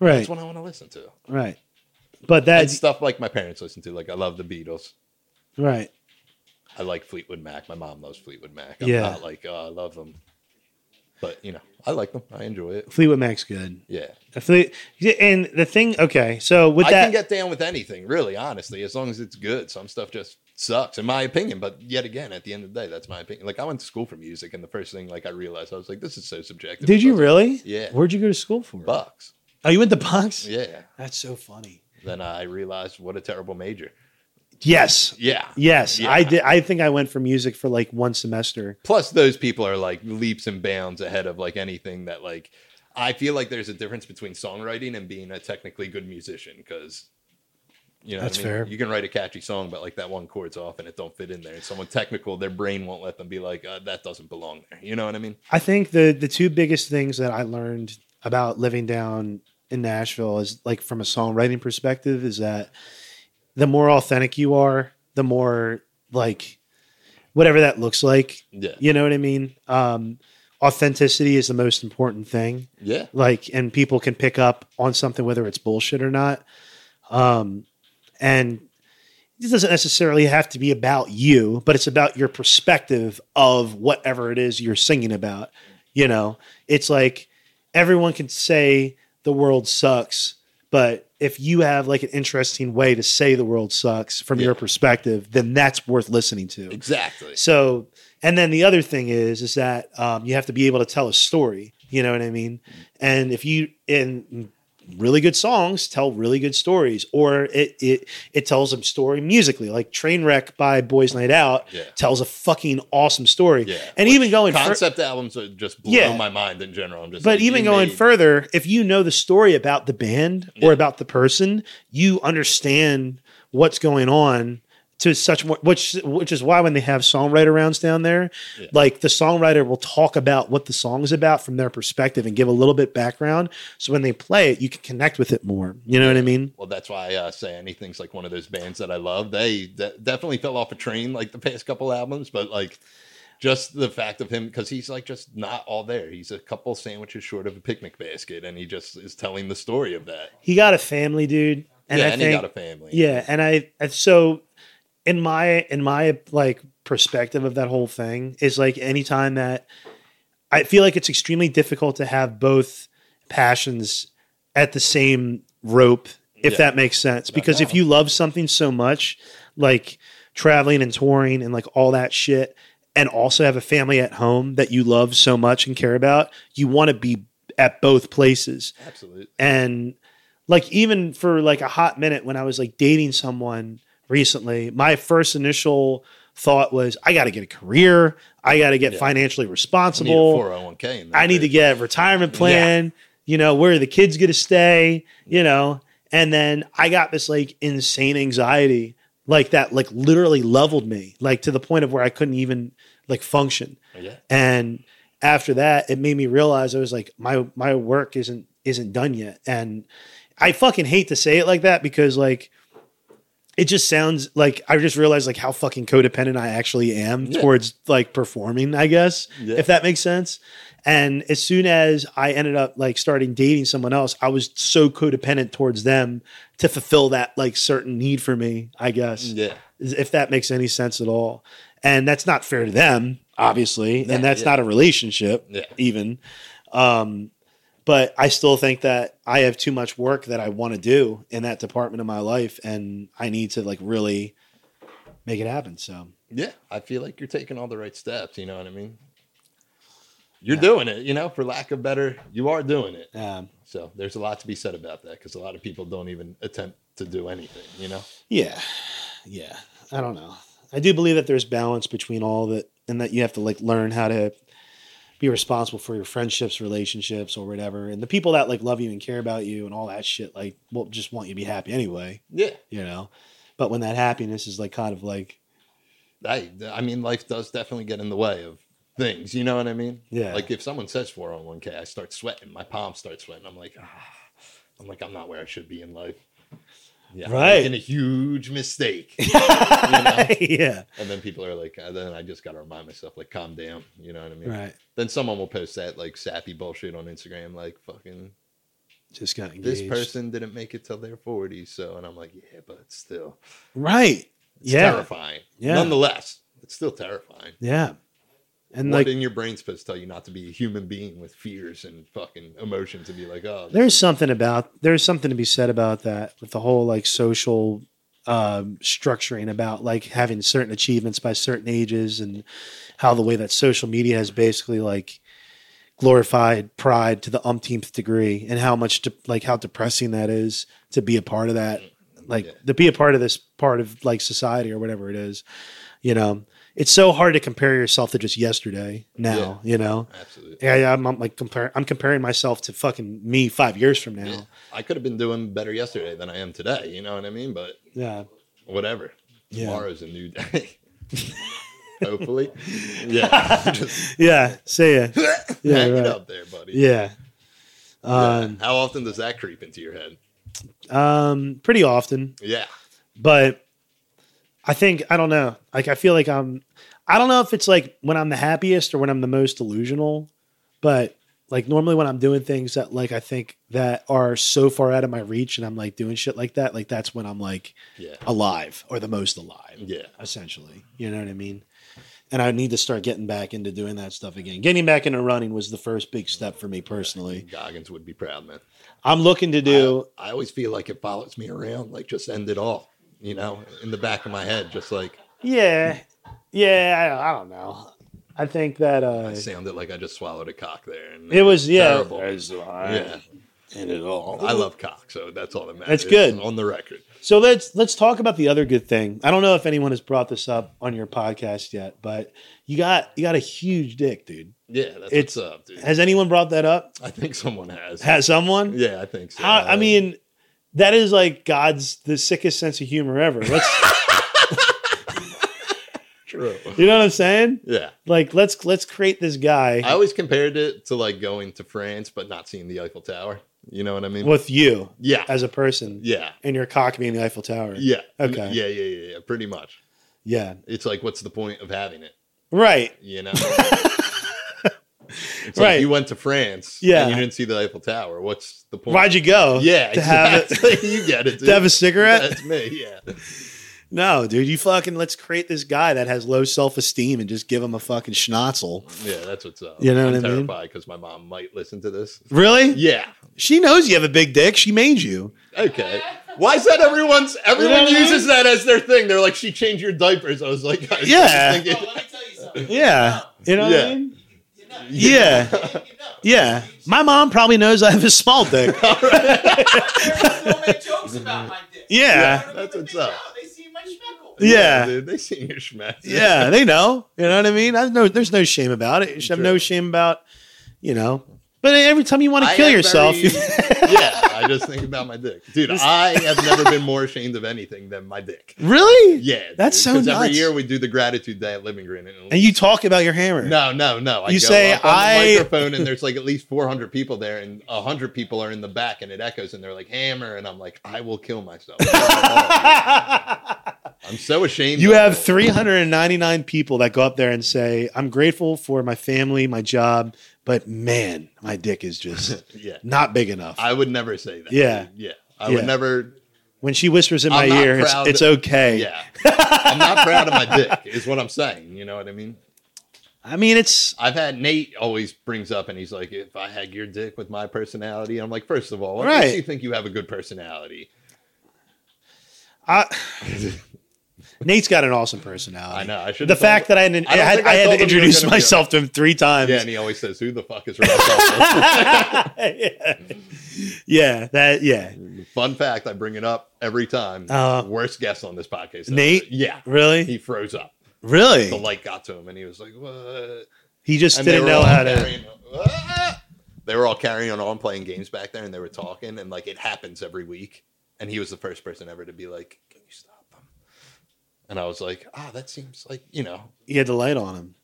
Right, That's what I want to listen to. right. But And that's stuff like my parents listen to. Like I love the Beatles. right. I like Fleetwood Mac. My mom loves Fleetwood Mac. I'm Yeah. not like oh, I love them, but you know I like them. I enjoy it. Fleetwood Mac's good. Yeah, Fle- and the thing, okay, so with I that, can get down with anything, really, honestly, as long as it's good. Some stuff just sucks, in my opinion. But yet again, at the end of the day, that's my opinion. Like I went to school for music, and the first thing like I realized, I was like, this is so subjective. did you It doesn't- really? Yeah. Where'd you go to school for? Bucks. Oh, you went to Bucks? Yeah. That's so funny. Then I realized what a terrible major. Yes. Yeah. Yes. Yeah. I did I think I went for music for like one semester. plus those people are like leaps and bounds ahead of like anything that like i feel like there's a difference between songwriting and being a technically good musician because you know what I That's mean? fair. you can write a catchy song but like that one chord's off and it don't fit in there and someone technical their brain won't let them be like uh, that doesn't belong there you know what i mean I think the the two biggest things that I learned about living down in Nashville is like from a songwriting perspective is that the more authentic you are, the more like whatever that looks like. yeah You know what I mean? Um authenticity is the most important thing. yeah like and people can pick up on something whether it's bullshit or not um and it doesn't necessarily have to be about you but it's about your perspective of whatever it is you're singing about you know it's like everyone can say the world sucks but if you have like an interesting way to say the world sucks from Yeah. your perspective then that's worth listening to exactly so, and then the other thing is, is that um, you have to be able to tell a story. You know what I mean? And if you in really good songs tell really good stories, or it it it tells them story musically, like Trainwreck by Boys Night Out Yeah. tells a fucking awesome story. Yeah. And even going fur- concept albums are just blow Yeah. my mind in general i'm just like, but even you going made- further, if you know the story about the band Yeah. or about the person, you understand what's going on to such mo- which which is why when they have songwriter rounds down there, Yeah. like the songwriter will talk about what the song is about from their perspective and give a little bit background. So when they play it, you can connect with it more. You know what I mean? Well, that's why I uh, say anything's like one of those bands that I love. They de- definitely fell off a train like the past couple albums, but like just the fact of him because he's like just not all there. He's a couple sandwiches short of a picnic basket, and he just is telling the story of that. He got a family, dude, and yeah, I and think he got a family. yeah and i and so in my in my like perspective of that whole thing is like anytime that i feel like it's extremely difficult to have both passions at the same rope if Yeah. that makes sense because if you love something so much like traveling and touring and like all that shit and also have a family at home that you love so much and care about you want to be at both places absolutely. and like even for like a hot minute when i was like dating someone recently my first initial thought was i got to get a career i got to get Yeah. financially I need a responsible 401k. In that i need to bitch. get a retirement plan you know where are the kids going to stay Mm-hmm. you know and then i got this like insane anxiety like that like literally leveled me like to the point of where i couldn't even like function yeah. and after that it made me realize i was like my my work isn't isn't done yet and i fucking hate to say it like that because like it just sounds like i just realized like how fucking codependent i actually am Yeah. towards like performing i guess Yeah. if that makes sense and as soon as i ended up like starting dating someone else i was so codependent towards them to fulfill that like certain need for me i guess Yeah. if that makes any sense at all. And that's not fair to them. obviously, Yeah, and that's yeah. not a relationship Yeah. even. Um, but I still think that I have too much work that I want to do in that department of my life, and I need to like really make it happen. So Yeah. I feel like you're taking all the right steps. You know what I mean? You're doing it, you know, for lack of better, you are doing it. um, So there's a lot to be said about that because a lot of people don't even attempt to do anything, you know? yeah, yeah. I don't know. I do believe that there's balance between all of it, and that you have to like learn how to be responsible for your friendships, relationships, or whatever, and the people that like love you and care about you and all that shit. Like, will just want you to be happy anyway, Yeah. you know. But when that happiness is like kind of like I, I mean, life does definitely get in the way of things. You know what I mean? Yeah. Like if someone says 401k, I start sweating. My palms start sweating. I'm like, ah. I'm like, I'm not where I should be in life. Yeah. I'm Right. Making a huge mistake. yeah. and then people are like, and then I just got to remind myself, like, calm down. You know what I mean? Right. Then someone will post that like sappy bullshit on Instagram, like, fucking, Just got engaged. this person didn't make it till their 40s. So, and I'm like, yeah, but still, Right. it's yeah. terrifying. Yeah. Nonetheless, it's still terrifying. Yeah. And what like in your brain's supposed to tell you not to be a human being with fears and fucking emotions and be like, oh, this there's is- something about there's something to be said about that with the whole like social um structuring about like having certain achievements by certain ages and how the way that social media has basically like glorified pride to the umpteenth degree and how much de- like how depressing that is to be a part of that like Yeah. to be a part of this part of like society or whatever it is you know it's so hard to compare yourself to just yesterday now you know absolutely. yeah, yeah I'm, I'm like comparing. I'm comparing myself to fucking me five years from Yeah. now. I could have been doing better yesterday than I am today. You know what I mean? But Yeah, whatever. Yeah. Tomorrow's a new day. Hopefully. Yeah. Just yeah. See ya. Yeah, hang right. it up there, buddy. Yeah. Yeah. Um, How often does that creep into your head? um, pretty often, Yeah. but I think I don't know. Like, I feel like I'm. I don't know if it's like when I'm the happiest or when I'm the most delusional, but like normally when I'm doing things that like I think that are so far out of my reach and I'm like doing shit like that, like that's when I'm like Yeah. alive or the most alive. Yeah. essentially. You know what I mean? And I need to start getting back into doing that stuff again. Getting back into running was the first big step for me personally. Goggins would be proud, man. I'm looking to do I always feel like it follows me around, like just end it all, you know, in the back of my head, just like yeah, yeah. I, I don't know. I think that I uh, sounded like I just swallowed a cock there. And it was yeah. terrible. Yeah. And it all. I love cock, so that's all that matters. That's good. On the record. So let's let's talk about the other good thing. I don't know if anyone has brought this up on your podcast yet, but you got you got a huge dick, dude. Yeah, that's what's It's- up, dude. Has anyone brought that up? I think someone has. Has someone? yeah, I think so. How, I mean, that is like God's the sickest sense of humor ever. Let's, true. you know what I'm saying? Yeah. Like, let's let's create this guy I always compared it to like going to France but not seeing the Eiffel Tower. You know what I mean? with you Yeah. as a person Yeah. and your cock being the Eiffel Tower. Yeah. Okay. Yeah, yeah, yeah, yeah. Pretty much. Yeah. It's like, what's the point of having it? right. You know? it's like Right. you went to France Yeah. and you didn't see the Eiffel Tower. What's the point? Why'd you go? yeah, to have it exactly. you get it. Dude. to have a cigarette? That's me. Yeah. No, dude, you fucking let's create this guy that has low self esteem and just give him a fucking schnozzel. Yeah, that's what's up. You know I'm what I mean? terrified because my mom might listen to this. Really? Yeah. She knows you have a big dick. She made you. Okay. Why is that everyone's everyone what I mean? uses that as their thing? They're like, she changed your diapers. I was like, I was Yeah. just Well, thinking- let me tell you something. Yeah. You know what Yeah. I mean? You know. Yeah. You know. Yeah. My mom probably knows I have a small dick. Everyone will make jokes about my dick. Yeah. But That's they what's up. know, They see my speckle. Yeah. dude, they seen your schmack. yeah, they know. You know what I mean? I know there's no shame about it. I have no True. shame about, you know. But every time you want to I kill am yourself, very- yeah, I just think about my dick, dude. I have never been more ashamed of anything than my dick. really? Yeah, That's dude, so 'cause Every nuts. year we do the gratitude day at Living Green, And you talk about your hammer. No, no, no. I You say, up on "I-" the microphone, and there's like at least 400 people there, and 100 people are in the back, and it echoes, and they're like hammer, and I'm like, I will kill myself. I'm so ashamed. You of have it. 399 people that go up there and say, "I'm grateful for my family, my job, but man, my dick is just Yeah, not big enough." I would never say that. Yeah. dude. yeah. I Yeah. would never. when she whispers in I'm my not ear, it's, proud it's that- okay. Yeah, I'm not proud of my dick. Is what I'm saying. You know what I mean? I mean, it's I've had Nate always brings up, and he's like, "If I had your dick with my personality," I'm like, first of all, what Right. makes you think you have a good personality?" I, Nate's got an awesome personality. I know. I should. The fact that I had, I don't had, think I I had told him you were to introduce gonna be a- myself to him three times. yeah, and he always says, "Who the fuck is Ross?" Ulfeld?" yeah, that yeah. Fun fact: I bring it up every time. Uh, Worst guest on this podcast, Nate? Yeah, Really? he froze up. The Really? light got to him, and he was like, "What?" He just And didn't were know all how to. carrying- Ah! They were all carrying on playing games back there, and they were talking, and like it happens every week. And he was the first person ever to be like, "Can you stop them?" And I was like, "Ah, that seems like you know, He had the light on him.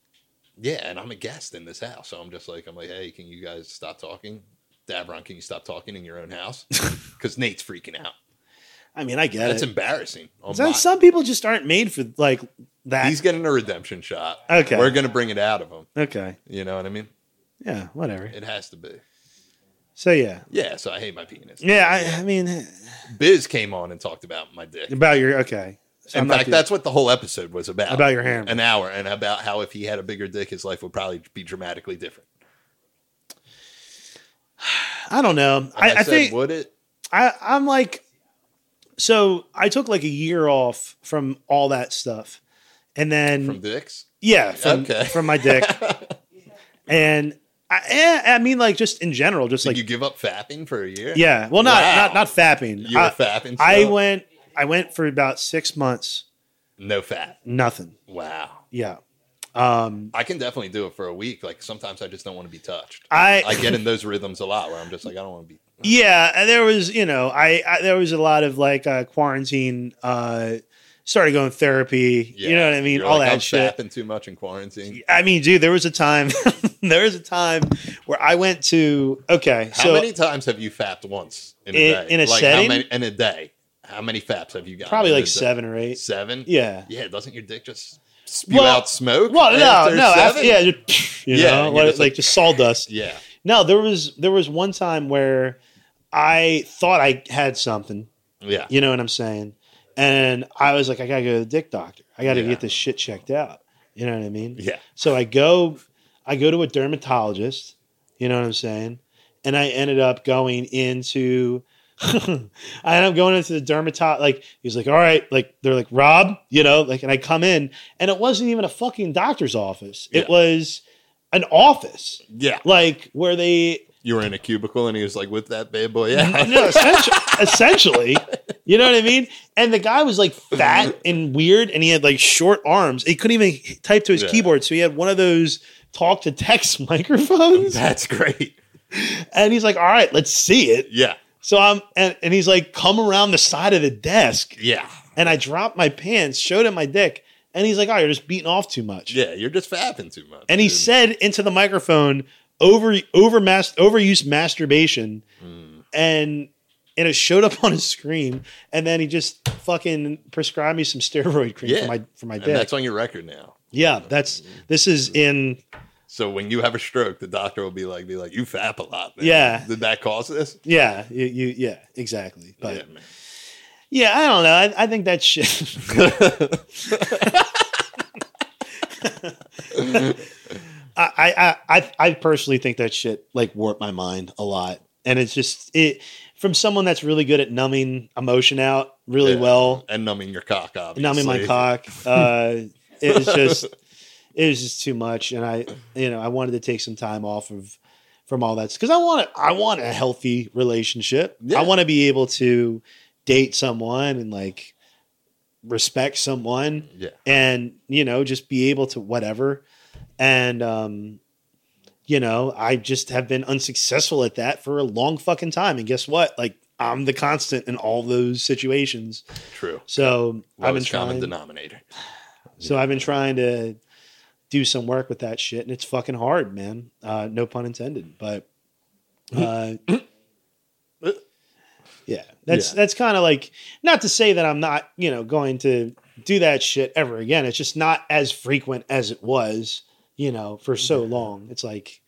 yeah." And I'm a guest in this house, so I'm just like, I'm like, "Hey, can you guys stop talking?" Davron, can you stop talking in your own house? Because Nate's freaking out. I mean, I get That's it. embarrassing. on Some- my- Some people just aren't made for like that. He's getting a redemption shot. Okay. We're going to bring it out of him. okay. You know what I mean? Yeah. Whatever. It has to be. So yeah. Yeah, so I hate my penis. Yeah. I, I mean, Biz came on and talked about my dick. about your okay. So In I'm not fact, gonna- that's what the whole episode was about. About your hand. An hour and about how if he had a bigger dick, his life would probably be dramatically different. I don't know. And I, I said, think would it? I, I'm like, so I took like a year off from all that stuff, and then From dicks? yeah, from, Okay. from my dick, and I, eh, I mean like just in general, just Did like you give up fapping for a year? yeah, well not Wow. not not fapping. You were I, fapping? I still? went I went for about six months, No fat. nothing. Wow. Yeah, um, I can definitely do it for a week. Like sometimes I just don't want to be touched. I I get in those rhythms a lot where I'm just like, I don't want to be. Yeah, and there was, you know, I, I there was a lot of like uh, quarantine. Uh, started going therapy. You know what I mean? You're All like, that I'm shit. fapping too much in quarantine. I mean, dude, there was a time. there was a time where I went to okay. How so many times have you fapped once in a In- day? in a like setting? How many, in a day, how many faps have you got? probably in a like day? seven or eight. Seven. Yeah. Yeah. Doesn't your dick just spew Well- out smoke? Well, no, after no, after, seven? yeah, just, you Yeah, know, you're like, just like, like- just sawdust. Yeah. No, there was there was one time where I thought I had something. Yeah. You know what I'm saying? And I was like, I gotta go to the dick doctor. I gotta Yeah. get this shit checked out. You know what I mean? Yeah. So I go, I go to a dermatologist. You know what I'm saying? And I ended up going into, I ended up going into the dermatologist. Like he's like, all right, like they're like Rob, you know, like, and I come in, and it wasn't even a fucking doctor's office. It Yeah. was an office, Yeah. like where they, You were in a cubicle and he was like, with that bad boy. Yeah. no, essentially, essentially, you know what I mean. And the guy was like fat and weird, and he had like short arms. He couldn't even type to his Yeah. keyboard, so he had one of those talk to text microphones. That's great. And he's like, all right, let's see it. Yeah. So I'm, and, and he's like, come around the side of the desk. Yeah. And I dropped my pants, showed him my dick. And he's like, oh, you're just beating off too much. Yeah. You're just fapping too much. And he dude. said into the microphone, over, over mas- overuse masturbation. Mm. And, and it showed up on his screen. And then he just fucking prescribed me some steroid cream Yeah. for my, for my and dick. that's on your record now. yeah. That's, this is in, So when you have a stroke, the doctor will be like, be like, you fap a lot. Man. Yeah. Did that cause this? yeah, you, you yeah, exactly. But yeah, man. Yeah, I don't know. I, I think that shit. I, I I I personally think that shit like warped my mind a lot, and it's just it from someone that's really good at numbing emotion out really Yeah. well, And numbing your cock, obviously. numbing my cock. Uh, it was just it was just too much, and I you know I wanted to take some time off of from all that because I want I want a healthy relationship. Yeah. I want to be able to date someone and like respect someone Yeah. and you know just be able to whatever and um you know i just have been unsuccessful at that for a long fucking time and guess what like i'm the constant in all those situations True. so i've been Lowest common trying denominator. so i've been trying to do some work with that shit and it's fucking hard man uh no pun intended but uh yeah Mm-hmm. that's Yeah. that's kind of like not to say that i'm not you know going to do that shit ever again it's just not as frequent as it was you know for so long it's like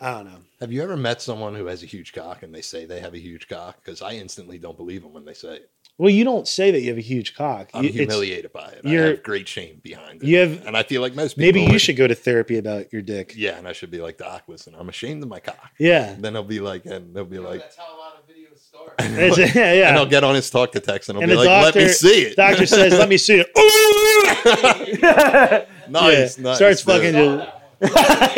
i don't know Have you ever met someone who has a huge cock and they say they have a huge cock? Because I instantly don't believe them when they say it. Well, you don't say that you have a huge cock. I'm You- it's- humiliated by it. you're- I have great shame behind it. You have and I feel like most people. maybe you would- should go to therapy about your dick. Yeah, and I should be like, Doc, listen, I'm ashamed of my cock. Yeah. And then he'll be like, and they'll be like, that's how a lot of videos start. It's- yeah, and yeah. I'll get on his talk to text and I'll And be the like, let me doctor- see it. Doctor says, "Let me see me. it." nice, Yeah. nice. dude. Starts fucking-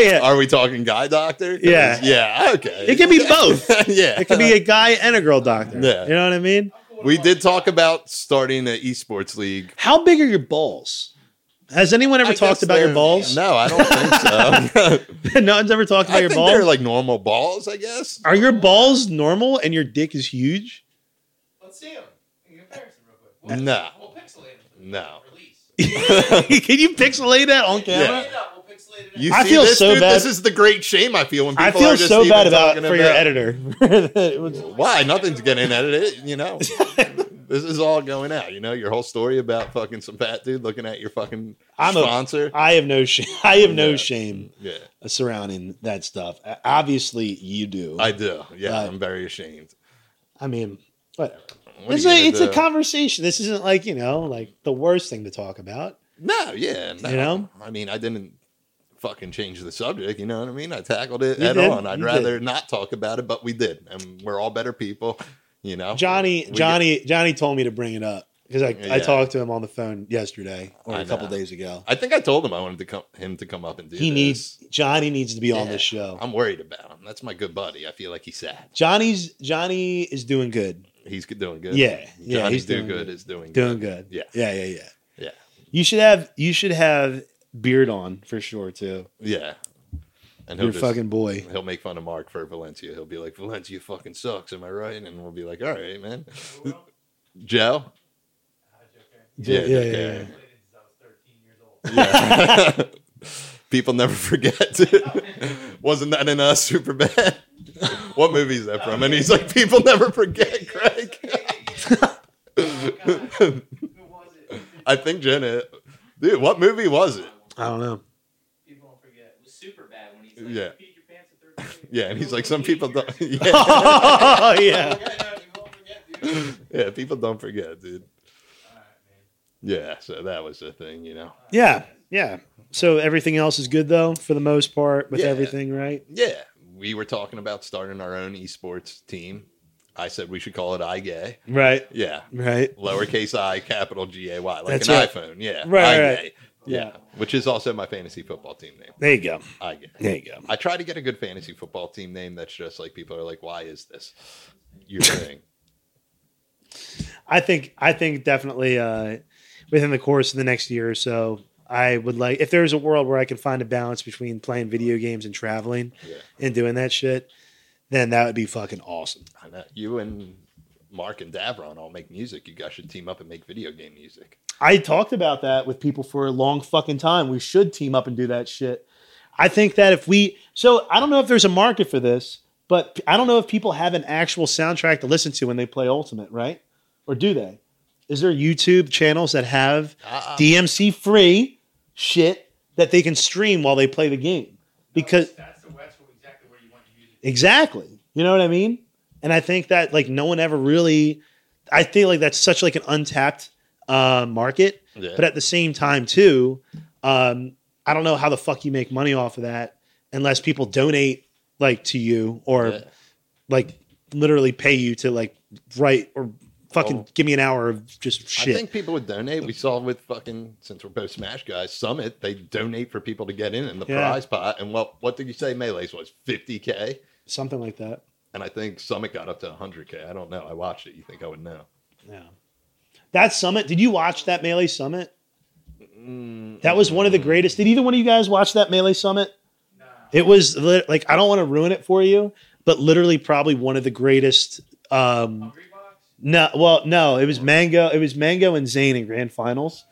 yeah. Are we talking guy doctor? 'Cause- Yeah. Yeah. Okay. It can be both. yeah. It could be a guy and a girl doctor. Yeah. You know what I mean? we did talk about starting an esports league. How big are your balls? Has anyone ever I guess talked about your they're- balls? No, I don't think so. no one's ever talked about I your think they're balls. like normal balls, I guess. are your balls normal and your dick is huge? Let's see him in comparison real quick. Uh, We'll, No, we'll pixelate him. no. Release. Can you pixelate that on camera? Clean it up, we'll pixelate it You up. I see feel this, so dude? bad- This is the great shame I feel when people I are feel just so even bad about for talking your about- editor. It was- Why? Nothing's getting edited, you know. this is all going out, you know. Your whole story about fucking some fat dude looking at your fucking I'm a- sponsor. I have no shame. I have no Yeah. shame uh, yeah, surrounding that stuff. Uh, Obviously, you do. I do. Yeah, Right. I'm very ashamed. I mean, whatever. What are it's you a gonna it's a do? conversation. This isn't like you know like the worst thing to talk about. No, yeah, no. You know? I mean, I didn't fucking change the subject. You know what I mean? I tackled it You head did. on. I'd You rather not talk about it, but we did, and we're all better people. You know, Johnny We- Johnny Johnny told me to bring it up because I, I Yeah. talked to him on the phone yesterday or I a couple know. days ago. I think I told him I wanted to come him to come up and do. He this. needs Johnny needs to be on Yeah. this show. I'm worried about him. That's my good buddy. I feel like he's sad. Johnny's Johnny is doing good, He's good- doing good. Yeah, yeah, Johnny he's do doing good good. is doing good. doing good. Yeah. yeah, yeah, yeah. Yeah. You should have you should have beard on for sure too. Yeah. And he'll Your just, fucking boy. he'll make fun of Mark for Valencia. He'll be like, Valencia fucking sucks. Am I right? And we'll be like, all right, man. Who else? Joe? Ah, Joker. Yeah, yeah, Dick yeah, Aaron. Played it since I was 13 years old. Yeah. People never forget. dude. Wasn't that in uh, super bad? what movie is that from? And he's like, people never forget, Craig. Oh, God. Who was it? I think Jenna. Dude, what movie was it? I don't know. People don't forget. It was super bad when he's like, Yeah. yeah. peed your pants at third grade. Yeah, and he's like, some people don't. Yeah, oh yeah. Yeah, you won't forget, dude. All yeah people don't forget, dude. right, man. Yeah, so that was the thing, you know. Yeah. Yeah. So everything else is good though, for the most part, with Yeah. everything, right? Yeah, we were talking about starting our own esports team. I said we should call it I Gay. Right. Yeah, Right. lowercase I, capital G A Y, like That's an right. iPhone. Yeah, Right, iGay. right. Yeah. Yeah. which is also my fantasy football team name. There you go. I Gay. There you go. I try to get a good fantasy football team name that's just like people are like, why is this your thing? I think I think definitely uh, within the course of the next year or so, I would like if there's a world where I can find a balance between playing video games and traveling Yeah. and doing that shit, then that would be fucking awesome. I know you and Mark and Davron all make music. You guys should team up and make video game music. I talked about that with people for a long fucking time. We should team up and do that shit. I think that if we so I don't know if there's a market for this, but I don't know if people have an actual soundtrack to listen to when they play Ultimate, right? Or do they? Is there YouTube channels that have Uh, DMC free shit that they can stream while they play the game? Because that's, the, that's exactly where you want your music. exactly, you know what I mean? And I think that like no one ever really I feel like that's such like an untapped uh, market yeah. but at the same time, too, um, I don't know how the fuck you make money off of that unless people donate like to you or Yeah. like literally pay you to like write or fucking Oh. give me an hour of just shit. I think people would donate. We saw with fucking since we're both Smash guys Summit, they donate for people to get in in the Yeah. prize pot. And what what did you say Melee's was fifty k? Something like that. And I think Summit got up to hundred k. I don't know. I watched it. You think I would know? Yeah. That summit, did you watch that Melee Summit? Mm, That was one of the greatest. Did either one of you guys watch that Melee Summit? Nah. It was lit- like, I don't want to ruin it for you, but literally probably one of the greatest. Um, Hungry Box? No, well, no, it was Mango. It was Mango and Zane in grand finals,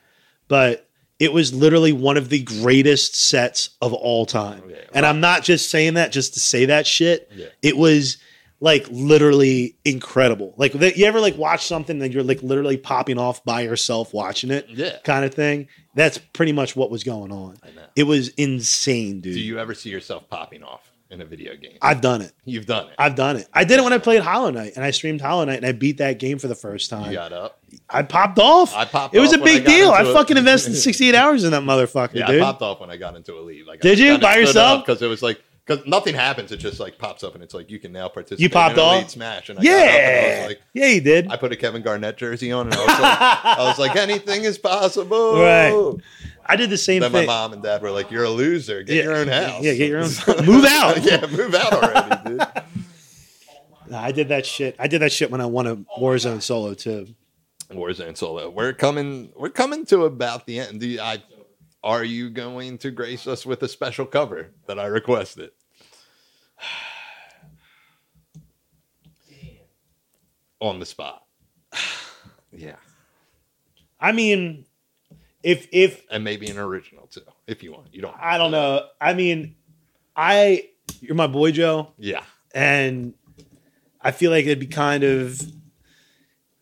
but it was literally one of the greatest sets of all time. Yeah. And I'm not just saying that just to say that shit. Yeah. It was like literally incredible. Like that you ever like watch something that you're like literally popping off by yourself watching it Yeah. kind of thing. That's pretty much what was going on. I know. It was insane, dude. Do you ever see yourself popping off? in a video game. I've done it. You've done it. I've done it. I did it when I played Hollow Knight and I streamed Hollow Knight and I beat that game for the first time. You got up. I popped off. I popped It was off a when I big got deal. I into it. fucking invested 68 hours in that motherfucker, Yeah, dude. I popped off when I got into a league. Like, Did you? By yourself? Because it was like because nothing happens. It just like pops up and it's like you can now participate. You popped in off? Elite Smash and I got up and I yeah. was like, yeah, you did. I put a Kevin Garnett jersey on and I was like, I was like, anything is possible. Right. I did the same Then my thing. mom and dad were like, "You're a loser. Get Yeah. your own house. Yeah, get your own- Move out. yeah, move out already, dude. Nah, I did that shit. I did that shit when I won a Oh, Warzone solo too. Warzone solo. We're coming. We're coming to about the end. Do you, I, are you going to grace us with a special cover that I requested? On the spot. Yeah, I mean, if if and maybe an original too, if you want. You don't. I don't know. I mean, I you're my boy Joe, Yeah, and I feel like it'd be kind of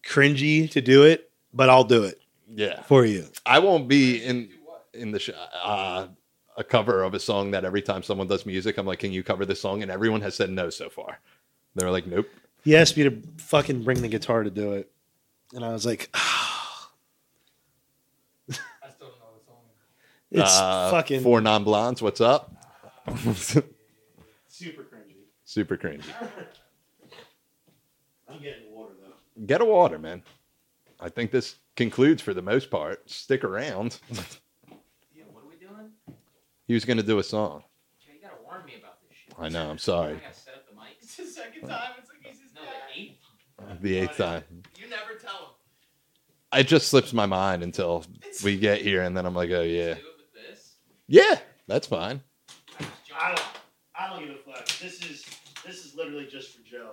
cringy to do it, but I'll do it yeah. for you. I won't be in in the sh- uh, a cover of a song that every time someone does music, I'm like, "Can you cover this song?" And everyone has said no so far. They're like, "Nope." He asked me to fucking bring the guitar to do it, and I was like, I still don't know what's on. it's Uh, fucking four non blondes. What's up? super cringy. Super cringy. I'm getting water though. Get a water, man. I think this concludes for the most part. Stick around. Yeah, what are we doing? He was going to do a song. Jay, you gotta warn me about this shit. I know. I'm sorry. I gotta set up the mic. It's the second time. It's like he's just No, the eighth. The eighth time. You never tell It just slips my mind until we get here, and then I'm like, oh yeah, him. Do it with this. yeah, that's fine. I don't. I don't give a fuck. This is this is literally just for Joe.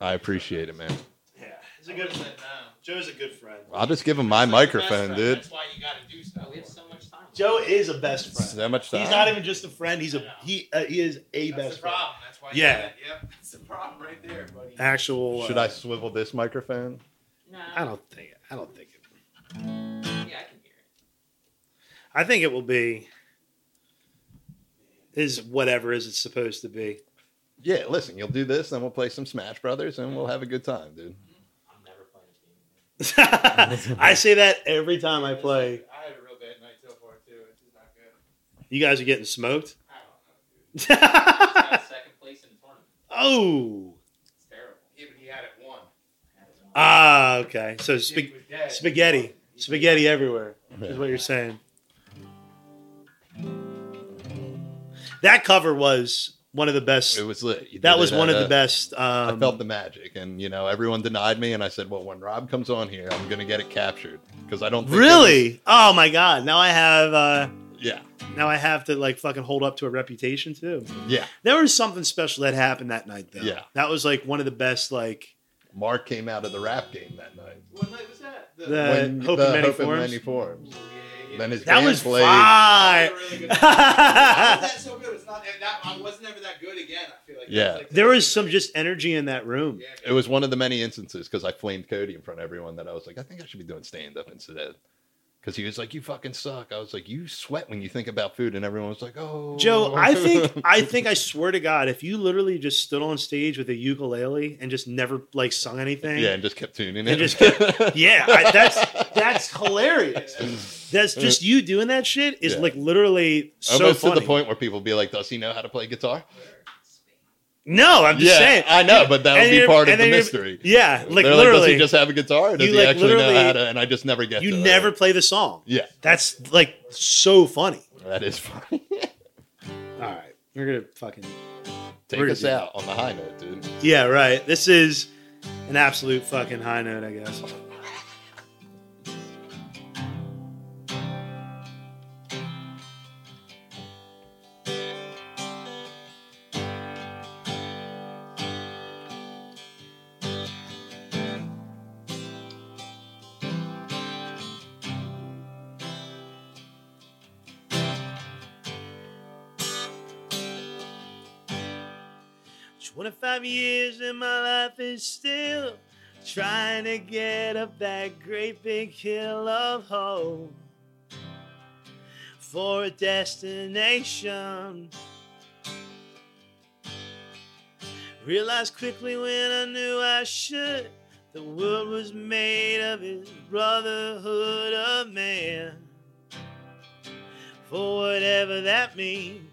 I appreciate it, man. Yeah, it's I would've said no. Joe's a good friend. I'll just give him my That's like the best microphone, friend. dude. That's why you gotta do stuff. We have so much time. Joe is a best friend. So much time. He's not even just a friend. He's a he. Uh, he is a That's best the friend. problem. That's why. Yeah. You gotta, yep. That's the problem right there, buddy. Actual. Should I swivel this microphone? No. I don't think. I don't think it. Yeah, I can hear it. I think it will be. Is whatever is it's supposed to be. Yeah, listen, you'll do this, then we'll play some Smash Brothers, and we'll have a good time, dude. I'm never playing this game. I say that every time I play. I had a real bad night so far too. It's just not good. You guys are getting smoked. I don't know, dude. He's oh. got second place in the tournament. It's terrible. Yeah, but he had it one. Ah. Okay. So He sp- was dead. spaghetti, spaghetti everywhere is what you're saying. That cover was one of the best. It was lit. You That did was it one at of the a- best. Um, I felt the magic, and you know, everyone denied me, and I said, "Well, when Rob comes on here, I'm gonna get it captured because I don't think it really. Oh my god! Now I have. Uh, was- yeah, now I have to like fucking hold up to a reputation too. yeah." There was something special that happened that night though. Yeah. that was like one of the best. Like Mark came out of the rap game that night. What night was that? The, The- Uh, Hope in Many Forms? Forms. yeah, yeah, Then his that band was played. fire. That was a really good night. How was there that so good? It's not. and That, I was never that good again. I feel like. Yeah. That's like was some just energy in that room. Yeah, It was one of the many instances because I flamed Cody in front of everyone that I was like, I think I should be doing stand up instead. Because he was like, You fucking suck. I was like, You sweat when you think about food. And everyone was like, Oh. Joe, I think I think I swear to God, if you literally just stood on stage with a ukulele and just never like sung anything, yeah, and just kept tuning in. And just kept- yeah, I, that's that's hilarious. That's just you doing that shit is Yeah. like literally so Almost funny. to the point where people be like, Does he know how to play guitar? No, I'm just yeah, saying. I know, but that And would be you're- part of and the then you're- mystery. Yeah, They're like like, Does literally, he just have a guitar? Or does you, he like, actually know literally- how to? And I just never get you to that. never play the song. Yeah, That's like so funny. that is funny. All right, we're gonna fucking Take We're us gonna out on the high note, dude. yeah, right. This is an absolute fucking high note, I guess. Twenty-five years and my life is still trying to get up that great big hill of hope for a destination Realized quickly when I knew I should. The world was made of his brotherhood of man. For whatever that means.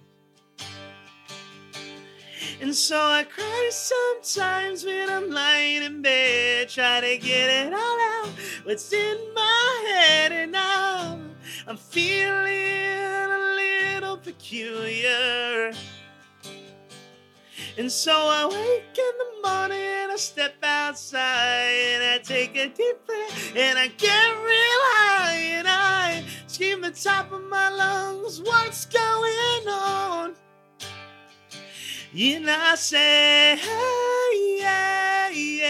And so I cry sometimes when I'm lying in bed, try to get it all out, what's in my head, and I'm, I'm feeling a little peculiar. And so I wake in the morning, I step outside, and I take a deep breath, and I get real high, and I scream the top of my lungs, what's going on? And I say, hey, yeah, yeah,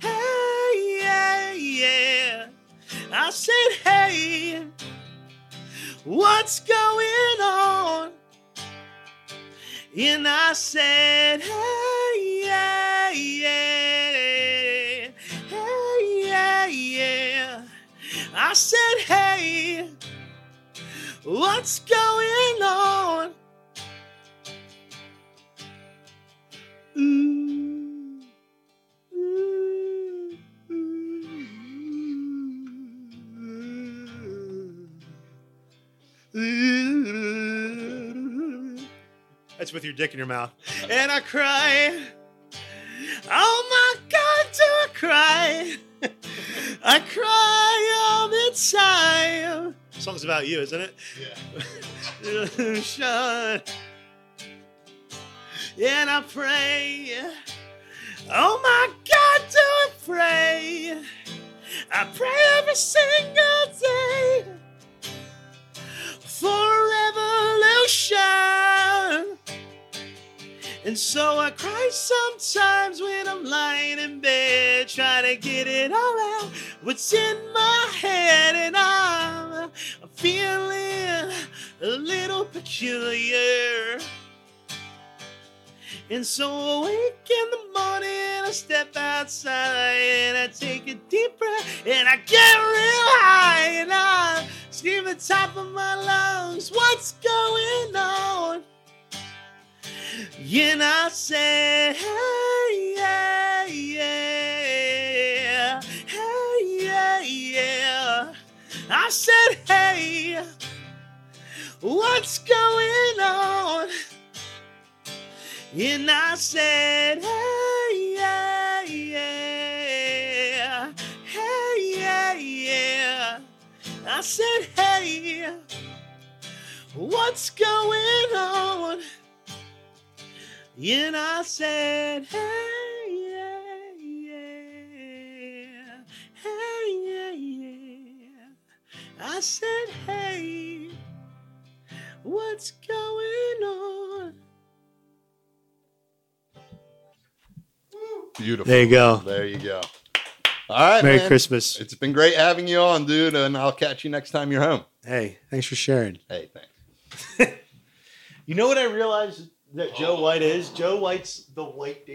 hey, yeah, yeah. I said, hey, what's going on? And I said, hey, yeah, yeah, hey, yeah, yeah. I said, hey, what's going on? Mm. Mm. Mm. That's with your dick in your mouth. And I cry. Oh my God, do I cry? I cry all the time. Song's about you, isn't it? Yeah. illusion. And I pray, oh my God, do I pray? I pray every single day for revolution. And so I cry sometimes when I'm lying in bed, try to get it all out, what's in my head, and I'm, I'm feeling a little peculiar. And so awake in the morning, I step outside and I take a deep breath and I get real high and I scream at the top of my lungs, what's going on? And I said, hey, yeah, yeah, hey, yeah, yeah. I said, hey, what's going on? And I said, hey, yeah, yeah, hey, yeah, yeah. I said, hey, what's going on? And I said, hey, yeah, yeah, hey, yeah, yeah. I said, hey, what's going on? Beautiful. There you go. There you go. All right, Merry man. Christmas. It's been great having you on, dude, and I'll catch you next time you're home. Hey, thanks for sharing. Hey, thanks. You know what I realized that Joe White is? Joe White's the white